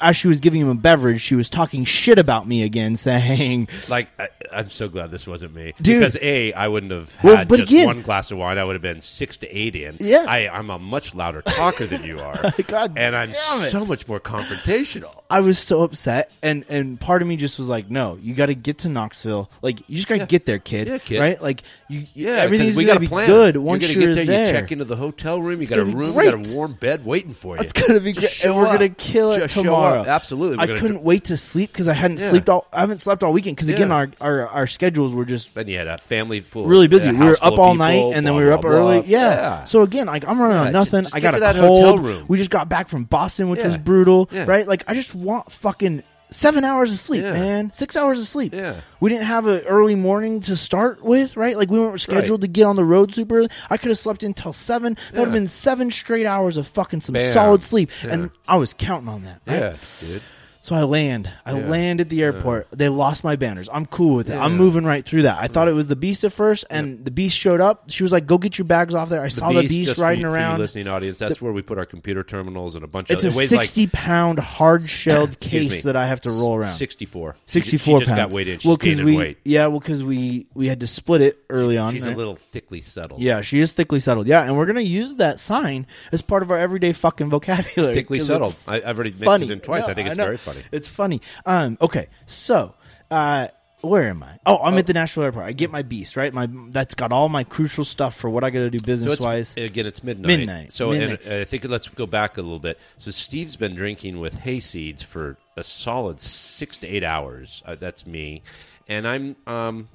as she was giving him a beverage, she was talking shit about me again, saying, like, I, I'm so glad this wasn't me. Dude. Because, A, I wouldn't have had Well, but just again- one glass of wine. I would have been six to eight in. Yeah. I, I'm a much louder talker than you are. God and I'm damn it. so much more confrontational. I was so upset, and and part of me just was like, no, you got to get to Knoxville. Like, you just got to get there, kid. Yeah, kid. Right? Like, you, Yeah, everything's 'cause we gonna got be a plan. good once you're gonna there. get You check into the hotel room. You got a gonna be room. You got great. a warm bed waiting for you. It's gonna be Just great, and show we're up. gonna kill it Just show up. tomorrow. Absolutely, we're I gonna couldn't wait to sleep because I hadn't Yeah. slept all. I haven't slept all weekend because again, Yeah. our, our our schedules were just Then you had a family full, really busy. a We were house full up of all people, night, and then blah, we were blah, up blah. early. Yeah. yeah. So again, like I'm running Yeah, on nothing. just- just I get got to a that cold. hotel room. We just got back from Boston, which Yeah. was brutal. Yeah. Right? Like I just want fucking seven hours of sleep, Yeah. man. Six hours of sleep. Yeah. We didn't have an early morning to start with, right? Like we weren't scheduled to get on the road super early. I could have slept until seven. That would have Yeah. been seven straight hours of fucking some Bam. solid sleep, Yeah. and I was counting on that. Right? yeah, dude. So I land. I Yeah. land at the airport. They lost my banners. I'm cool with it. I'm moving right through that. I thought it was the beast at first, and the beast showed up. She was like, "Go get your bags off there." I saw the beast just for riding you- for you around. listening audience, that's where we put our computer terminals and a bunch It's a of. it weighs like sixty pound hard shelled Excuse me. case that I have to roll around. 64. She ju- Sixty four She pounds. just got weight in. She's well, gaining we weight. yeah, well, because we we had to split it early on. She's a right? little thickly settled. Yeah, she is thickly settled. Yeah, and we're gonna use that sign as part of our everyday fucking vocabulary. Thickly 'cause it's settled. I, I've already mixed funny. it in twice. No, I think it's know. very funny. It's funny. Um, okay, so uh, where am I? Oh, I'm at the Nashville airport. I get my beast right. My that's got all my crucial stuff for what I got to do business So wise. it's, again, it's midnight. Midnight. So Midnight. And, uh, I think let's go back a little bit. So Steve's been drinking with hayseeds for a solid six to eight hours. Uh, that's me, and I'm um,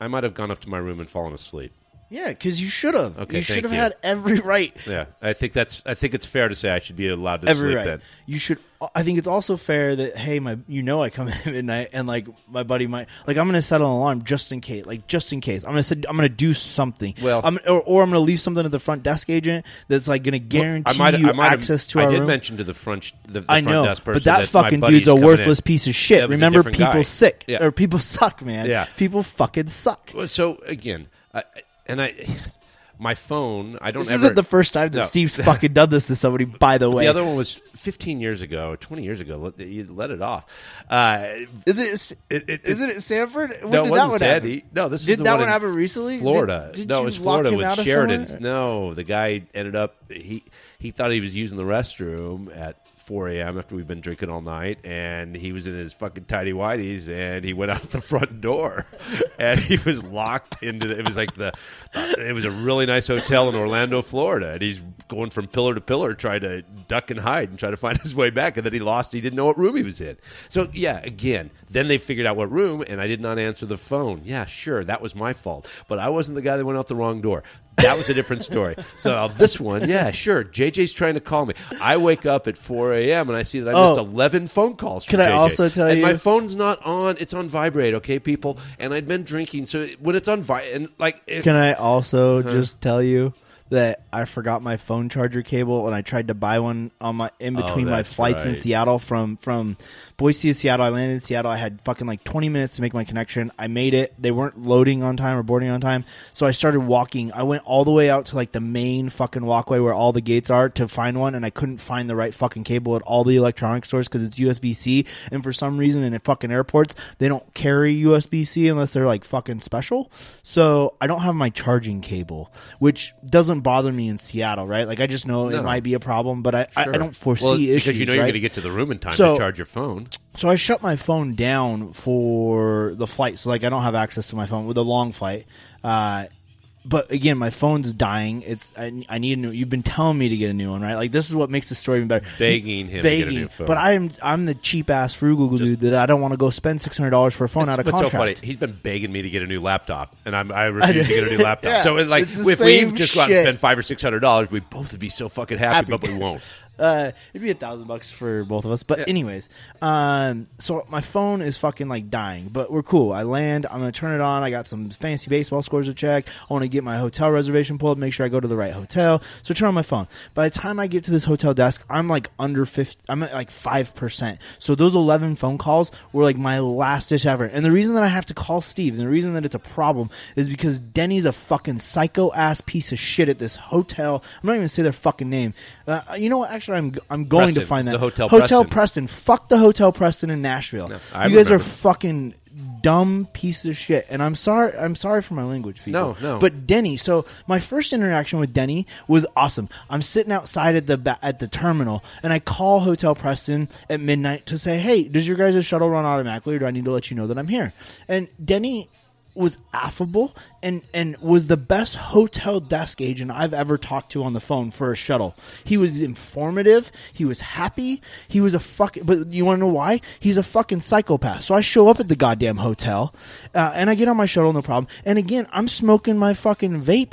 I might have gone up to my room and fallen asleep. Yeah, because you should have. Okay, you should thank have you. had every right. Yeah, I think that's. I think it's fair to say I should be allowed to Every sleep right. then. You should. I think it's also fair that hey, my you know I come in at midnight and like my buddy might like I'm gonna set an alarm just in case, like just in case I'm gonna set, I'm gonna do something. Well- I'm, or, or I'm gonna leave something to the front desk agent that's like gonna guarantee you have- access to I our did room. mention to the front, the, the I front know, desk person but that, my fucking buddy's dude's a coming in. worthless piece of shit. That was a Remember, different people guy. sick Yeah. or people suck, man. Yeah. people fucking suck. Well, So again, I, and I, my phone. I don't This ever. isn't the first time that No. Steve's fucking done this to somebody. By the way, The other one was 15 years ago, 20 years ago. Let, you let it off. Uh, Is it, It- it- isn't it Sanford? When no, it did wasn't that one Sandy. happen? No, this is Did the that one one in happen recently? Did- Florida. did no, you it was lock Florida him with out of Sheridan's. somewhere? No, the guy ended up. He he thought he was using the restroom at 4 a.m. after we'd been drinking all night, and he was in his fucking tidy whities, and he went out the front door, and he was locked into. The, it was like the. It was a really nice hotel in Orlando, Florida, and he's going from pillar to pillar, trying to duck and hide and try to find his way back, and then he lost. He didn't know what room he was in. So yeah, again, then they figured out what room, and I did not answer the phone. Yeah, sure, that was my fault, but I wasn't the guy that went out the wrong door. That was a different story. so now this one, yeah, sure, JJ's trying to call me. I wake up at 4 a.m. and I see that I missed Oh. 11 phone calls. From Can I JJ. also tell and My you- phone's not on; it's on vibrate. Okay, people, and I'd been drinking, so when it's on vibrate, and like, it, Can I also Uh-huh. just tell you that I forgot my phone charger cable and I tried to buy one on my in between my Oh, that's flights in right. Seattle from from Boise to Seattle. I landed in Seattle. I had fucking like 20 minutes to make my connection. I made it. They weren't loading on time or boarding on time. So I started walking. I went all the way out to like the main fucking walkway where all the gates are to find one and I couldn't find the right fucking cable at all the electronic stores cuz it's USB-C and for some reason in fucking airports they don't carry USB-C unless they're like fucking special. So I don't have my charging cable, which doesn't bother me in Seattle, right? Like I just know No. it might be a problem, but I, I, I don't foresee well, issues. because you know you're right? going to get to the room in time So- to charge your phone. So I shut my phone down for the flight. So like I don't have access to my phone with a long flight. Uh, but again, my phone's dying. It's I, I need a new. You've been telling me to get a new one, right? Like this is what makes the story even better. Begging him to get a begging. new phone. But I'm I'm the cheap ass frugal dude that I don't want to go spend six hundred dollars for a phone out of What's contract. so funny? He's been begging me to get a new laptop, and I'm, I refuse to get a new laptop. Yeah, so, it, like, it's the if we same just go out and shit. spend five or six hundred dollars, we both would be so fucking happy, but we won't. Uh, it'd be a thousand bucks for both of us. But anyways, um, so my phone is fucking like dying, but we're cool. I land. I'm gonna turn it on. I got some fancy baseball scores to check. I want to get my hotel reservation pulled. Make sure I go to the right hotel. So I turn on my phone. By the time I get to this hotel desk, I'm like under fifty. I'm at like five percent. So those eleven phone calls were like my last dish ever. And the reason that I have to call Steve and the reason that it's a problem is because Denny's a fucking psycho ass piece of shit at this hotel. I'm not even gonna say their fucking name. Uh, you know what? Actually, I'm I'm going Preston. to find It's that the Hotel Preston. Fuck the Hotel Preston in Nashville. I you guys remember. are fucking dumb piece of shit. And I'm sorry. I'm sorry for my language, people. No, no. But Denny. So my first interaction with Denny was awesome. I'm sitting outside at the ba- at the terminal, and I call Hotel Preston at midnight to say, "Hey, does your guys' shuttle run automatically, or do I need to let you know that I'm here?" And Denny was affable and and was the best hotel desk agent I've ever talked to on the phone for a shuttle. He was informative. He was happy. He was a fucking. But you want to know why? He's a fucking psychopath. So I show up at the goddamn hotel, uh, and I get on my shuttle, no problem. And again, I'm smoking my fucking vape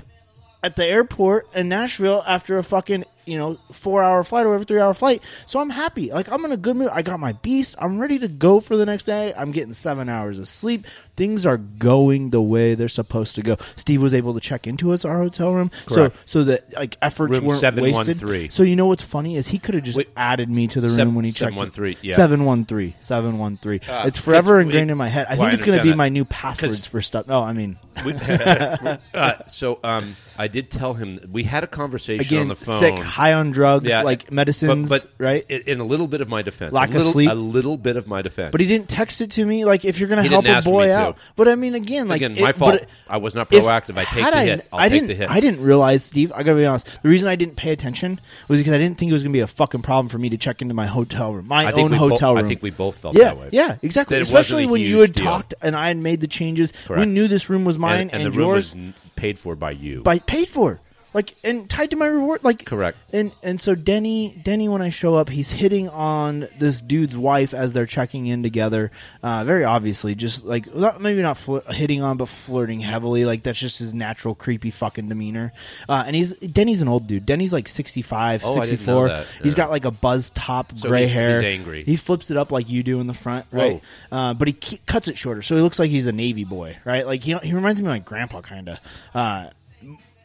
at the airport in Nashville after a fucking you know four hour flight or every three hour flight. So I'm happy. Like I'm in a good mood. I got my beast. I'm ready to go for the next day. I'm getting seven hours of sleep. Things are going the way they're supposed to go. Steve was able to check into us our hotel room, Correct. so so that like efforts Room weren't 713. wasted. So you know what's funny is he could have just Wait, added me to the room seven- when he checked. 713, yeah. Seven one three. Seven one three. Ah, It's forever it's- ingrained it- in my head. I well, think I it's going to be understand that. my new passwords for stuff. No, I mean We- uh, so um, I did tell him we had a conversation on again, the phone. sick, high on drugs, Yeah, like but- medicines, but, right? i- In a little bit of my defense, Lack a of little, sleep? a little bit of my defense. But he didn't text it to me. Like if you're gonna He help didn't a ask me boy to. out, but I mean, again, like Again, it- my fault. but- I was not if- proactive. I take had the hit. I'll I take didn't. the hit. I didn't realize, Steve. I gotta be honest. The reason I didn't pay attention was because I didn't think it was gonna be a fucking problem for me to check into my hotel room, my I think own we hotel bo- I room. think we both felt yeah, that way. Yeah, exactly. That it Especially wasn't a when you huge had deal. talked and I had made the changes. We Correct. knew this room was mine and, and, and the room yours was n- paid for by you. by paid for like and tied to my reward like Correct. and and so denny denny when i show up he's hitting on this dude's wife as they're checking in together uh very obviously just like not, maybe not fl- hitting on but flirting heavily like that's just his natural creepy fucking demeanor uh and he's denny's an old dude denny's like 65 Oh, I didn't 64 know that. he's Yeah. got like a buzz top So gray he's- hair he's angry. he flips it up like you do in the front right uh but he ke- cuts it shorter so he looks like he's a navy boy right like he, he reminds me of my grandpa kinda uh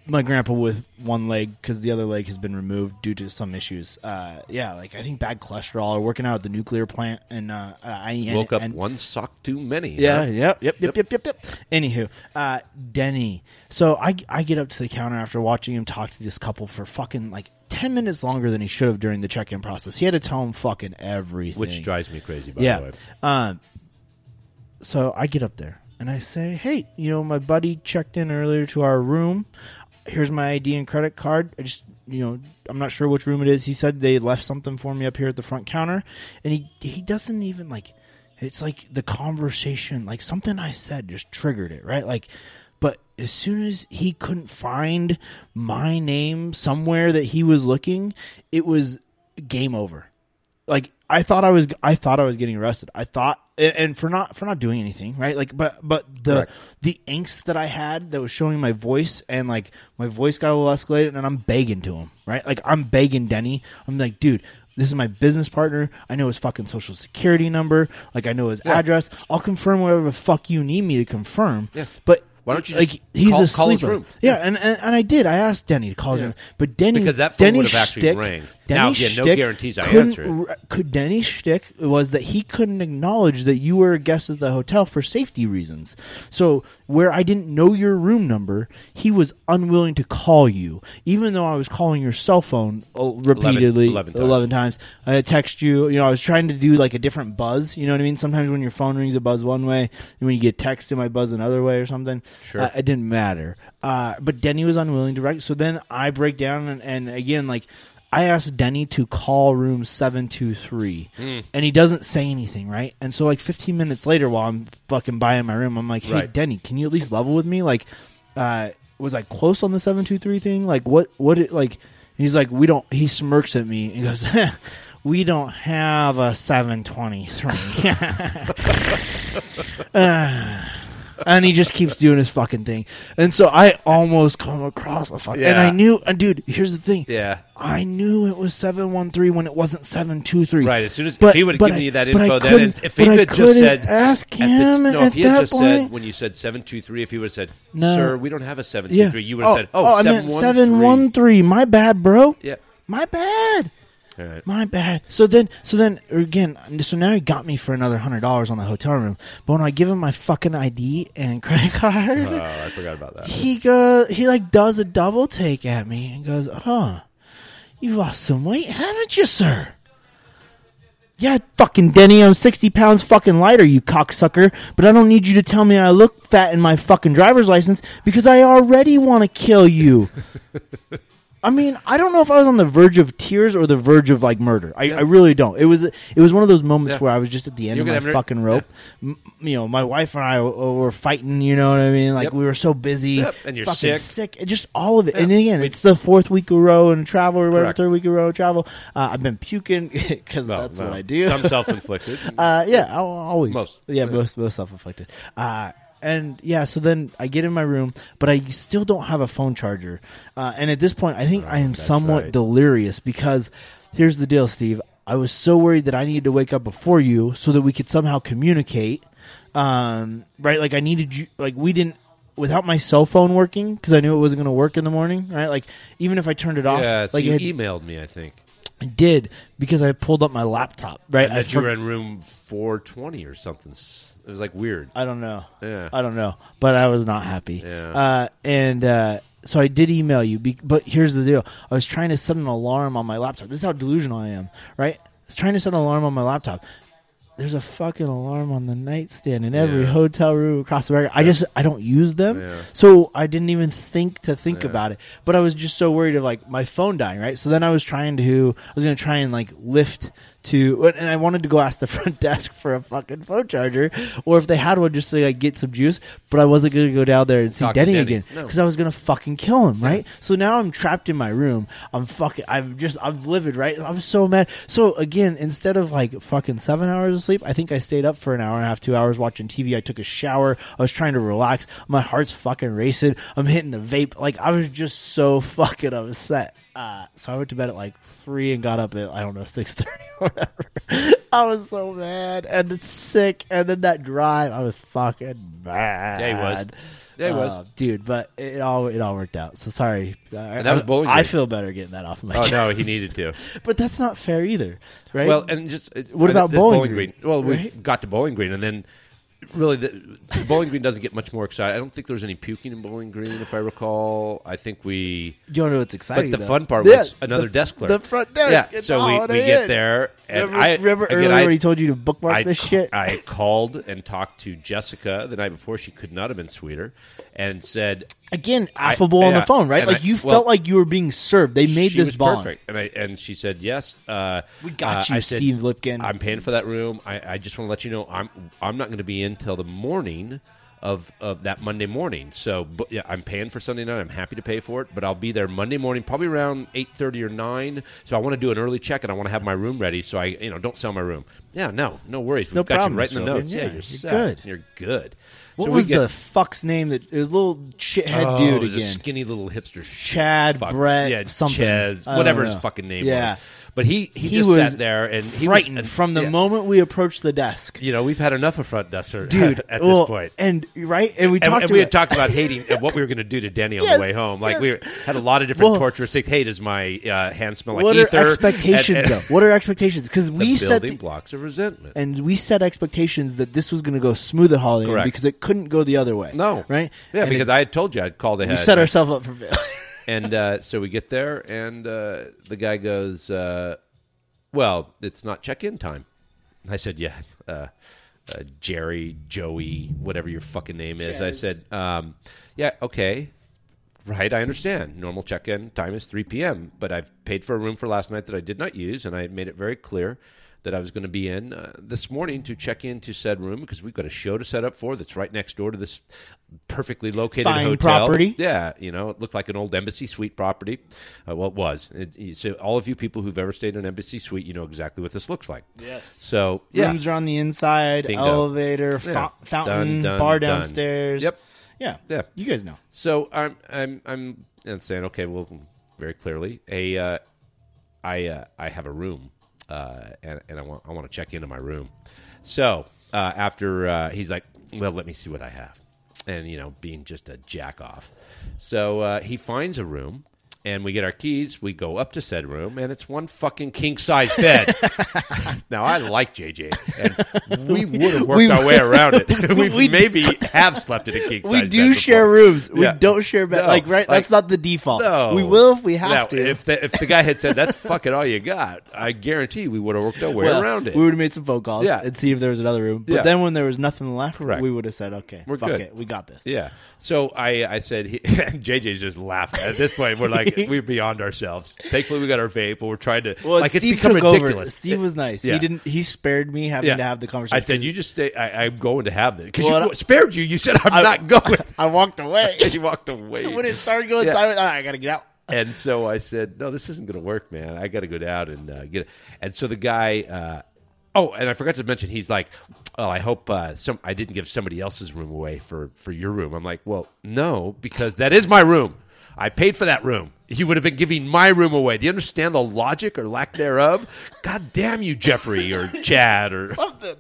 my grandpa with one leg because the other leg has been removed due to some issues. Uh, yeah, like I think bad cholesterol or working out at the nuclear plant and uh, I Woke up and, one sock too many. Yeah, huh? yep, yep, yep, yep, yep, yep. Anywho, uh, Denny. So I I get up to the counter after watching him talk to this couple for fucking like ten minutes longer than he should have during the check in process. He had to tell him fucking everything, which drives me crazy. By yeah. the way, Um, so I get up there and I say, "Hey, you know, my buddy checked in earlier to our room. Here's my ID and credit card. I just, you know, I'm not sure which room it is. He said they left something for me up here at the front counter, and he he doesn't even like. It's like the conversation, like something I said just triggered it, right? Like, but as soon as he couldn't find my name somewhere that he was looking, it was game over like I thought I was I thought I was getting arrested. I thought and, and for not for not doing anything, right? Like but but the Correct. the angst that I had that was showing my voice and like my voice got a little escalated and I'm begging to him, right? Like I'm begging Denny. I'm like, dude, this is my business partner. I know his fucking social security number. Like I know his address. I'll confirm whatever the fuck you need me to confirm. Yeah. But Why don't you like just he's call- a call his sleeper. room? Yeah, And, and and I did. I asked Denny to call his Yeah. room. But Denny Because that phone Denny would have actually Schtick- rang. Denny Now, again, no Schtick guarantees I couldn't answer it. r- could Denny Schtick was that he couldn't acknowledge that you were a guest at the hotel for safety reasons. So where I didn't know your room number, he was unwilling to call you, even though I was calling your cell phone oh, repeatedly 11 times. times. I had text you, you know, I was trying to do like a different buzz. You know what I mean? Sometimes when your phone rings, it buzz one way, and when you get text, it might buzz another way or something. Sure. Uh, it didn't matter. Uh, but Denny was unwilling to rec- So then I break down and, and again, like I asked Denny to call room seven two three, Hmm. and he doesn't say anything, right? And so like fifteen minutes later, while I'm fucking buying my room, I'm like, hey Right. Denny, can you at least level with me? Like, uh, was I close on the seven two three thing? Like what? What? It, like he's like we don't. He smirks at me and goes. We don't have a 723. Uh, and he just keeps doing his fucking thing. And so I almost come across a fuck. And Yeah. I knew, and dude, here's the thing. Yeah. I knew it was seven one three when it wasn't seven two three. Right, as soon as- if but, he would've but given I- you that but I info, then couldn't- it's- if he but I could've just couldn't said- ask At the- him at, no, if he had that just point. said when you said seven two three, if he would have said, No. "Sir, we don't have a seven yeah. two three, you would have said, "Oh, I meant seven one three. My bad, bro. Yeah. my bad. All right. My bad. So then, so then again, so now he got me for another hundred dollars on the hotel room. But when I give him my fucking ID and credit card, Oh, I forgot about that. he goes he like does a double take at me and goes huh you lost some weight haven't you sir yeah fucking denny i'm 60 pounds fucking lighter you cocksucker but i don't need you to tell me i look fat in my fucking driver's license because i already want to kill you I mean, I don't know if I was on the verge of tears or the verge of like murder. I, I really don't. It was it was one of those moments Yeah. where I was just at the end You're of gonna my have to- fucking rope. M- you know, my wife and I w- were fighting. You know what I mean? Like Yep. we were so busy Yep, and you're fucking sick. It just all of it. And again, we- it's the fourth week in a row and travel or whatever. Correct. Third week in a row in travel. Uh, I've been puking because Well, that's well, what I do. Some self-inflicted. uh, yeah, I'll, always. Most. Yeah, most most self inflicted. Uh, And yeah, so then I get in my room, but I still don't have a phone charger. Uh, and at this point, I think I am that's somewhat right. delirious because here's the deal, Steve. I was so worried that I needed to wake up before you so that we could somehow communicate. Um, right? Like I needed you. Like we didn't without my cell phone working because I knew it wasn't going to work in the morning. Right? Like even if I turned it off, Yeah, so like you e it, emailed me, I think. it did because I pulled up my laptop. Right? And I, that you for- were in room 420 or something. S- It was like weird. I don't know. Yeah. I don't know, but I was not happy. Yeah. Uh, and uh, so I did email you, be- but here's the deal: I was trying to set an alarm on my laptop. This is how delusional I am, right? I was trying to set an alarm on my laptop. There's a fucking alarm on the nightstand in every Yeah. hotel room across America. I just I don't use them, Yeah. so I didn't even think to think about it. But I was just so worried of like my phone dying, right? So then I was trying to I was gonna try and like lift to, and I wanted to go ask the front desk for a fucking phone charger, or if they had one, just to like get some juice. But I wasn't gonna go down there and see Talk to Denny, Denny. again No. because I was gonna fucking kill him, right? So now I'm trapped in my room. I'm fucking. I'm just. I'm livid, right? I'm so mad. So again, instead of like fucking seven hours of sleep, I think I stayed up for an hour and a half, two hours watching TV. I took a shower. I was trying to relax. My heart's fucking racing. I'm hitting the vape. Like I was just so fucking upset. Uh, so I went to bed at like three and got up at I don't know six thirty or whatever. I was so mad and sick, and then that drive, I was fucking mad. Yeah, he was. Yeah, he was. Uh, dude. But it all it all worked out. So sorry. I, And that was I- bowling I green. feel better getting that off my Oh chest. no, he needed to. But that's not fair either, right? Well, and just uh, What uh, about this Bowling Green, Well, right? we've got to Bowling Green, and then really the, the Bowling Green doesn't get much more exciting. I don't think there was any puking in Bowling Green, if I recall. I think we. you want to know what's exciting? But the though? fun part Yeah, was another the, desk clerk. The front desk. Yeah, It's so we, all we in. get there, and Remember, I remember again, earlier I- when he told you to bookmark I this ca- shit? I called and talked to Jessica the night before. She could not have been sweeter, and said, Again, affable on yeah, the phone, right? and Like I- you well, felt like you were being served. They made she this was bond. perfect. And I and she said yes. Uh, We got uh, you, I said, Steve Lipkin. I'm paying for that room. I, I just want to let you know I'm I'm not going to be in till the morning of of that Monday morning. So but, yeah, I'm paying for Sunday night. I'm happy to pay for it, but I'll be there Monday morning, probably around eight thirty or nine. So I want to do an early check and I want to have my room ready. So I you know don't sell my room. Yeah, no, no worries. We've No got problem, you right in the Mr. Lipkin. notes. Yeah, Yeah, you're, you're set. good. You're good. What So we was get- the fuck's name that it was a little shithead Oh, dude it was a again? skinny little hipster. shit. Chad, Fuck. Brett, yeah, something. Chaz, I don't whatever his know. fucking name Yeah. was. But he he, He just was sat there and he was- frightened and- from the yeah. moment we approached the desk, You know, we've had enough of front duster, dude. at well, this point. and right, and we And, talked. and we had about- talked about hating and what we were going to do to Denny on Yes, the way home. Like yes. we were, had a lot of different Well- torturous things. Hey, does my uh, hand smell like What ether? are expectations And- and- though? What are expectations? Because we the set building blocks of resentment. and we set expectations that this was going to go smooth at Holiday Inn Correct. because it couldn't go the other way. no, right? Yeah, And because it- I had told you I'd called ahead. we set ourselves up for failure. and uh, so we get there, and uh, the guy goes, uh, "Well, it's not check-in time." And I said, "Yeah, uh, uh, Jerry, Joey, whatever your fucking name is." I said, um, "Yeah, okay, right. I understand. Normal check-in time is three p.m., but I've paid for a room for last night that I did not use, and I made it very clear." That I was going to be in uh, this morning to check into said room because we've got a show to set up for that's right next door to this perfectly located Fine hotel. property. Yeah, you know, it looked like an old embassy suite property. Uh, well, it was. It- you- so, all of you people who've ever stayed in an embassy suite, you know exactly what this looks like. Yes. So, yeah. Rooms are on the inside, Bingo. elevator, fou- Yeah. fountain, Done, done, bar done. downstairs. Yep. Yeah. Yeah. You guys know. So I'm I'm I'm and saying okay, well, very clearly, a uh, I uh, I have a room, uh, and and I want I want to check into my room. So uh, after uh, he's like, well, let me see what I have, and you know, being just a jack off. So uh, he finds a room. And we get our keys. We go up to said room, and it's one fucking king size bed. now I like JJ, and we would have worked we- our way around it. we, we- maybe have slept in a king size. we do share rooms. We Yeah. don't share bed. No, like right, like- that's not the default. No. We will if we have No, to. If the, if the guy had said that's fucking all you got, I guarantee we would have worked our way Well, around it. We would have made some phone calls Yeah. and see if there was another room. But Yeah. then when there was nothing left, Correct. we would have said, "Okay, We're fuck good. it, we got this." yeah. So I I said he, JJ's just laughing. At this point, we're like we're beyond ourselves. Thankfully, we got our vape, but we're trying to Well, like Steve it's become took ridiculous. over. Steve was nice. He Yeah. didn't. He spared me having to have the conversation. I said you just stay. I, I'm going to have this because Well, you spared you. You said I'm I- not going. I walked away. and you walked away. when it started going Yeah. silent, "Ah, I gotta get out. and so I said, "No, this isn't going to work, man. I got to go down and uh, get it." And so the guy, uh, Oh, and I forgot to mention, he's like, "Oh, I hope uh, some I didn't give somebody else's room away for for your room." I'm like, "Well, no, because that is my room. I paid for that room. You would have been giving my room away. Do you understand the logic or lack thereof? God damn you, Jeffrey or Chad or something."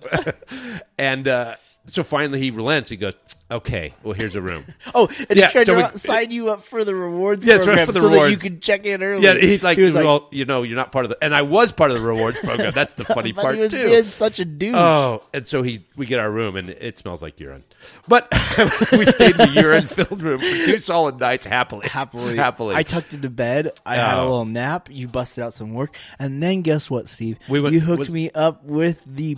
and uh, so finally, he relents. He goes, "Okay, well, here's a room." Oh, and Yeah, he tried so to we- out- sign you up for the rewards Yeah, that's right, program for the so rewards. that you could check in early. Yeah, he's like, he was like, well, you know, you're not part of the, and I was part of the rewards program. That's the funny but part he was too. being such a douche. Oh, and so he we get our room and it smells like urine. But we stayed in the urine filled room for two solid nights happily. happily, Happily. I tucked into bed. I had a Oh. little nap. You busted out some work, and then guess what, Steve? We went- you hooked was- me up with the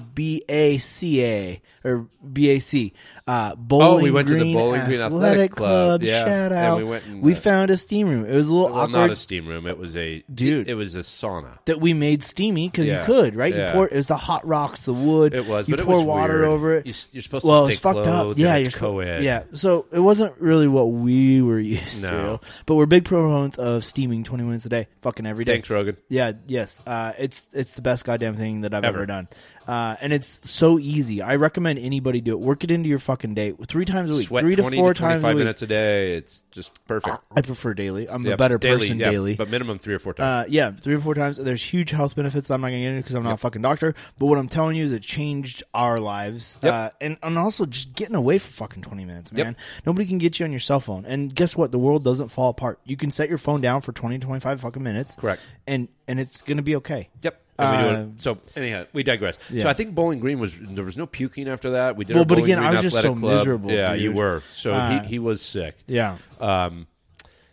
BACA or BAC uh, bowling. Oh, we went to the Bowling Green Athletic Club. Yeah. Shout And out. we went and, uh, found a steam room. It was a little well, awkward not a steam room. It was a Dude. It, was a sauna. that we made steamy because Yeah. you could, right? Yeah. You pour it was the hot rocks, the wood. It was, You but it pour was water weird. over it. You s- you're supposed to well, stay it's fucked up. clothed Yeah, and you're it's co-ed. Yeah, so it wasn't really what we were used No. to, but we're big proponents of steaming 20 minutes a day, fucking every day. Thanks, Rogan. Yeah, yes. Uh, it's it's the best goddamn thing that I've Ever. ever, done, uh, and it's so easy. I recommend anybody do it. Work it into your fucking day three times a week, Sweat three to 20 four to times 25 a week. minutes a day. It's just perfect. I prefer daily. I'm Yeah, a better daily, person yeah, daily. But minimum three or four times. Uh, yeah, three or four times. There's huge health benefits that I'm not going to get into because I'm not a fucking doctor. But what I'm telling you is it changed our lives. Yep. Uh, and, and also just getting away for fucking 20 minutes, Yep. man. Nobody can get you on your cell phone. And guess what? The world doesn't fall apart. You can set your phone down for 20, 25 fucking minutes. Correct. And and it's going to be okay. Yep. And we do Uh, it. So anyhow, we digress. yeah. So I think Bowling Green was there was no puking after that. We did. Well, our but Bowling again, Green I was just Athletic so Club. miserable, Yeah, you dude. were. So Uh, he, he was sick. Yeah. Um,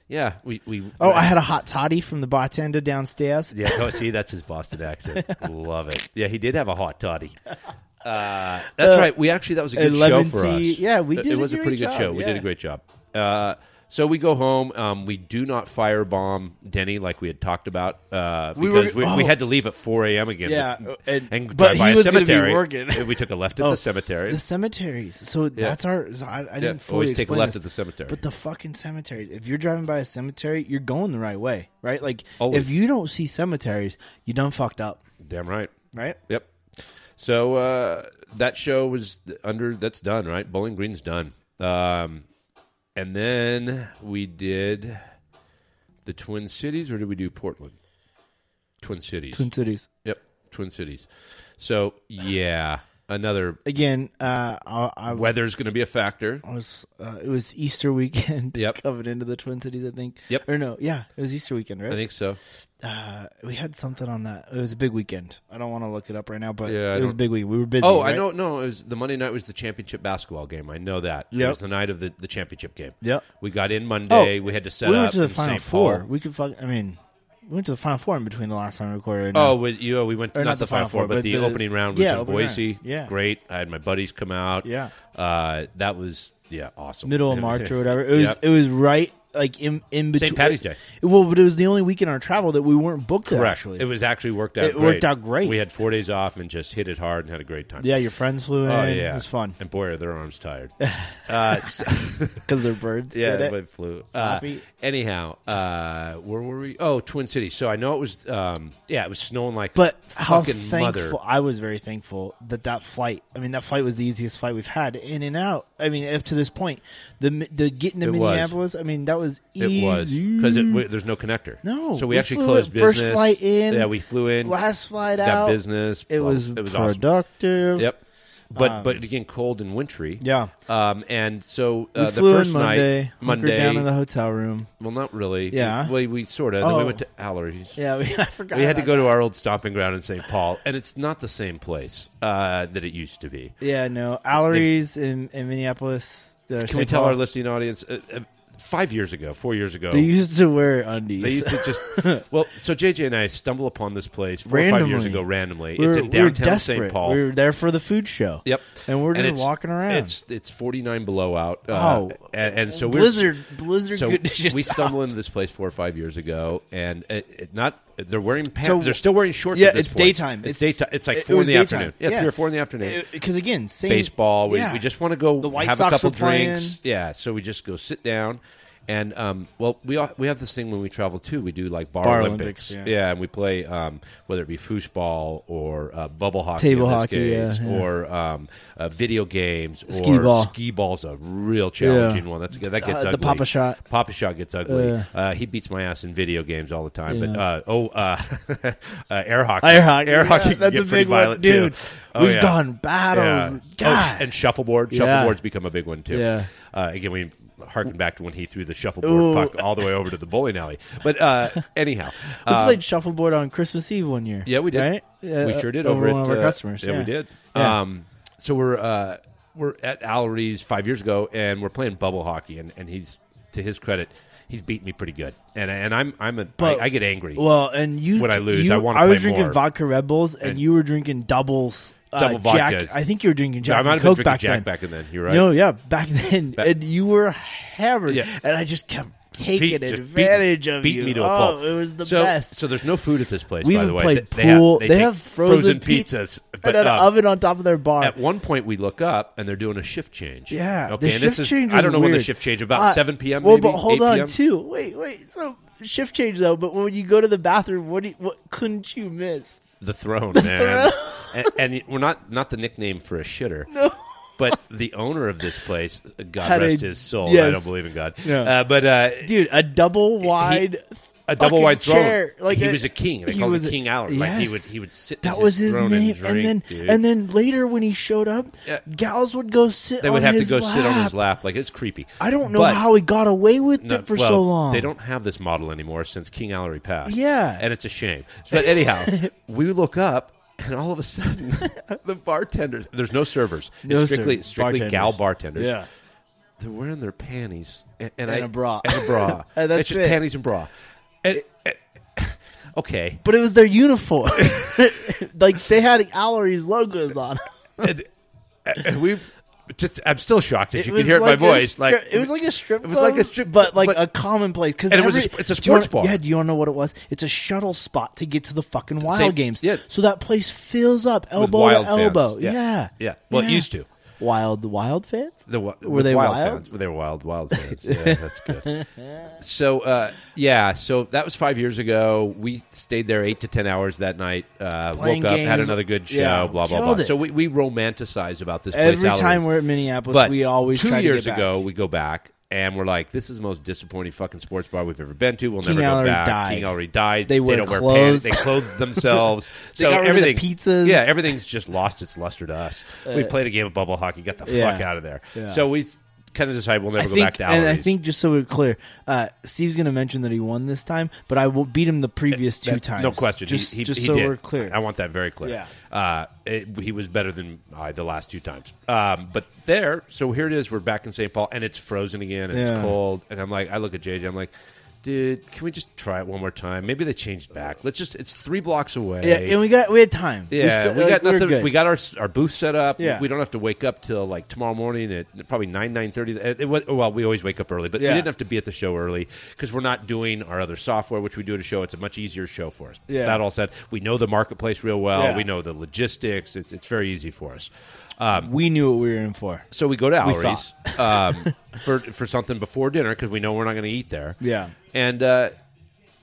yeah, we we. Oh, I had a hot toddy from the bartender downstairs. Yeah, oh, see, that's his Boston accent. Love it. Yeah, he did have a hot toddy. Uh, that's right. We actually that was a good and show lemon for tea. us. Yeah, we It- did It a was a, great pretty good job, show. We did a yeah. great job. Uh, so we go home. Um, we do not firebomb Denny like we had talked about uh, We were- because we, we oh. had to leave at 4 a.m. again. Yeah, and- and but drive by he a was gonna be cemetery. working. Oh, we took a left at Oh, the cemetery. The cemeteries. So that's our. so I, I didn't fully always take a explain left this. at the cemetery. But the fucking cemeteries. If you're driving by a cemetery, you're going the right way, right? Like Always. if you don't see cemeteries, you done fucked up, Damn right. right? Yep. So uh, that show was under. That's done, right? Bowling Green's done. Um, and then we did the Twin Cities, or did we do Portland? Twin Cities. Twin Cities. yep, Twin Cities. So yeah, another Again, uh, I, I weather's going to be a factor. was uh, it was Easter weekend. Yep. coming into the Twin Cities, I think. Yep. Or no, yeah, it was Easter weekend, I right? think so. Uh, we had something on that. It was a big weekend. I don't want to look it up right now, but Yeah, I it was a don't- big week. We were busy. Oh, I right? know. No, it was the Monday night was the championship basketball game. I know that. It Yep. was the night of the, the championship game. Yep. We got in Monday. Oh, we had to set we up. went to the in final St. four. Paul. We could fuck. I mean, we went to the final four in between the last time we recorded. and uh, Oh, now. we, you know, we went Or not, the, final four, but, the, opening round was yeah, in opening round. Boise. Yeah. great. I had my buddies come out. Yeah. uh, that was yeah awesome. middle of It was- March or whatever. It was Yep. it was right like in in between Patty's Day. It- well, but it was the only weekend in our travel that we weren't booked. at, Correct. Actually, It was actually worked out. It great. worked out great. We had four days off and just hit it hard and had a great time. yeah, your friends flew in. Oh yeah, It was fun And boy, are their arms tired. uh, so- because they're birds. yeah, did it. they flew. Uh, Floppy. anyhow, uh, where were we? Oh, Twin Cities. So I know it was. Um, yeah, it was snowing like. But how Fucking thankful mother. I was very thankful that that flight. I mean, that flight was the easiest flight we've had in and out. I mean, up to this point, the mi- the getting to It was. Minneapolis. I mean, that was easy. It was because there's no connector. No, so we, we actually flew closed it first business. flight in, Yeah, we flew in. last flight got out. business. It blah, was it was awesome. productive. Um, Yep. But but again, cold and wintry. Yeah. Um, and so uh, We the flew first in Monday, night, hunkered Monday. down in the hotel room. well, not really. Yeah. We, well, we sort of. Then we Oh. went to Allery's. Yeah, we, I forgot. We had to about go to our old stomping ground in St. Paul, and it's not the same place uh, that it used to be. Yeah, no. Allery's in, in Minneapolis. uh, Can we tell our listening audience? Uh, uh, five years ago, four years ago, They used to wear undies. They used to just well. So JJ and I stumble upon this place four or five years Randomly. ago randomly. we were, it's in we were downtown desperate. St. Paul. We were there for the food show. yep, And we're just it's- walking around. It's it's forty nine below out. Uh, Oh. and, and so blizzard, we're blizzard so conditions. we stumble into this place four or five years ago, and it, it not they're wearing pants. So- they're still wearing shorts. Yeah, at this it's point. daytime. It's, It's- daytime. It's like it- it four was in the daytime. afternoon. Yeah, Yeah. three or four in the afternoon because again, same baseball. We, yeah. we just want to go The White have Sox a couple were playing. drinks. Yeah, so we just go sit down. And um, well, we all, we have this thing when we travel too. We do like bar, Bar Olympics, Olympics, yeah. and we play um, whether it be foosball or uh, bubble hockey, Table in this hockey, case, yeah, yeah. or um, uh, video games, Skee or ball. Skee ball's a real challenging one. That's that gets Uh, the ugly. Papa Shot. Papa shot gets ugly. Yeah. Uh, he beats my ass in video games all the time. But Yeah. uh, oh, uh, uh, air hockey, Air hockey, air yeah, hockey. can that's get a pretty big one, violent, dude. Too. Oh, We've yeah. gone battles. Yeah. Oh, God. and shuffleboard. Yeah. Shuffleboard's become a big one too. Yeah. Uh, again, we harken back to when he threw the shuffleboard puck all the way over to the bowling alley. But uh, anyhow, we uh, played shuffleboard on Christmas Eve one year. yeah, we did. Right? Yeah, we sure did Over, over, at, one of our uh, customers. Yeah, we did. Yeah. Um, so we're uh, we're at Allery's five years ago, and we're playing bubble hockey, and, and he's to his credit, he's beat me pretty good, and and I'm I'm a I But- I get angry. Well, and you When I lose, you- I wanna I was play drinking more. vodka Red Bulls, and, And- you were drinking doubles. Uh, Double vodka. Jack, I think you were drinking Jack I might and have Coke been drinking back Jack then. back then. You're right. No, yeah, back then, Back- and you were hammered, Yeah. and I just kept taking Beat- just advantage beat, of beat you. me to a oh, pulp. it was the so, best. So there's no food at this place. we by even the way, played They- they have- pool. They, They, take have frozen, pizza- pizzas, and but, an uh, oven on top of their bar. At one point, we look up and they're doing a shift change. Yeah. Okay. The and shift this is, change I was don't know when the weird. shift change about Uh, seven p.m. Well, maybe, but hold 8 on p.m.? too. Wait, wait. So shift change though, but when you go to the bathroom, what do you, what couldn't you miss? The throne, man. and, and we're not not the nickname for a shitter. No. But the owner of this place, uh, God Had a- rest his soul. I yes. don't believe in God. Yeah. Uh, but uh, Dude, a double wide, a double fucking wide throne. chair. Like he was a king. They he called was him a- King Allen. Like he yes. would he would sit. That in was his, his throne name, and, and drink, then dude. and then later when he showed up, Yeah. gals would go sit. they on would have to his go sit on lap. his lap. Like it's creepy. I don't know But- how he got away with no, it for well, so long. They don't have this model anymore since King Allery passed. Yeah. and it's a shame. But anyhow, we look up. And all of a sudden, the bartenders, there's no servers. No it's strictly, servers. strictly gal Bartenders. bartenders. Yeah. They're wearing their panties and, and, And I- a bra. And a bra. And that's it's just it. panties and bra. And, and- okay. But it was their uniform. like they had Allery's logos on. and, and we've just I'm still shocked as It you was can hear it in my like a voice. stri- Like it was like a strip. it was like club, a strip- but like but- a commonplace. Because And it was a sp- it's a sports bar. Yeah, do you want to know what it was? It's a shuttle spot to get to the fucking wild same- games. yeah. So that place fills up elbow wild to elbow. fans. Yeah. Yeah. yeah, Yeah. Well, it used to. Wild wild fans. the wi- Were with they wild, wild? Fans. They were wild, wild fans. Yeah, that's good. So uh, yeah, so that was five years ago. We stayed there eight to ten hours that night. Uh, woke Playing up, had games. another good show. Yeah, blah blah killed blah. it. So we, we romanticize about this place. Every Alariz. time we're at Minneapolis, But we always two try to years get back. ago we go back and we're like, this is the most disappointing fucking sports bar we've ever been to. We'll King never go Allery back. died. King already died. They wear don't wear clothes. pants. They clothe themselves. They so got rid of the everything pizzas. Uh, Yeah, everything's just lost its luster to us. we played a game of bubble hockey, got the Yeah. fuck out of there. Yeah. So we kind of decide we'll never I go think, back to Allery's. and I think just so we're clear, uh, Steve's going to mention that he won this time, but I will beat him the previous two That- times. No question. He- Just, he, just he so did. we're clear. I want that very clear. Yeah. Uh, it- he was better than I the last two times. Um, but there, so here it is. We're back in St. Paul, and it's frozen again, and it's Yeah. cold. And I'm like, I look at JJ, I'm like, dude, can we just try it one more time? Maybe they changed it back. Let's just, it's three blocks away. yeah, and we got we had time. Yeah, we, still- like, got we're nothing. good. We got our our booth set up. Yeah. we don't have to wake up till like tomorrow morning at probably nine nine thirty. Uh, It, was well, we always wake up early, but we Yeah. didn't have to be at the show early because we're not doing our other software, which we do at a show. It's a much easier show for us. Yeah. That all said, we know the marketplace real well. Yeah. We know the logistics. It's it's very easy for us. Um, we knew what we were in for. so we go to We Allery's um, for for something before dinner because we know we're not going to eat there. Yeah. and uh,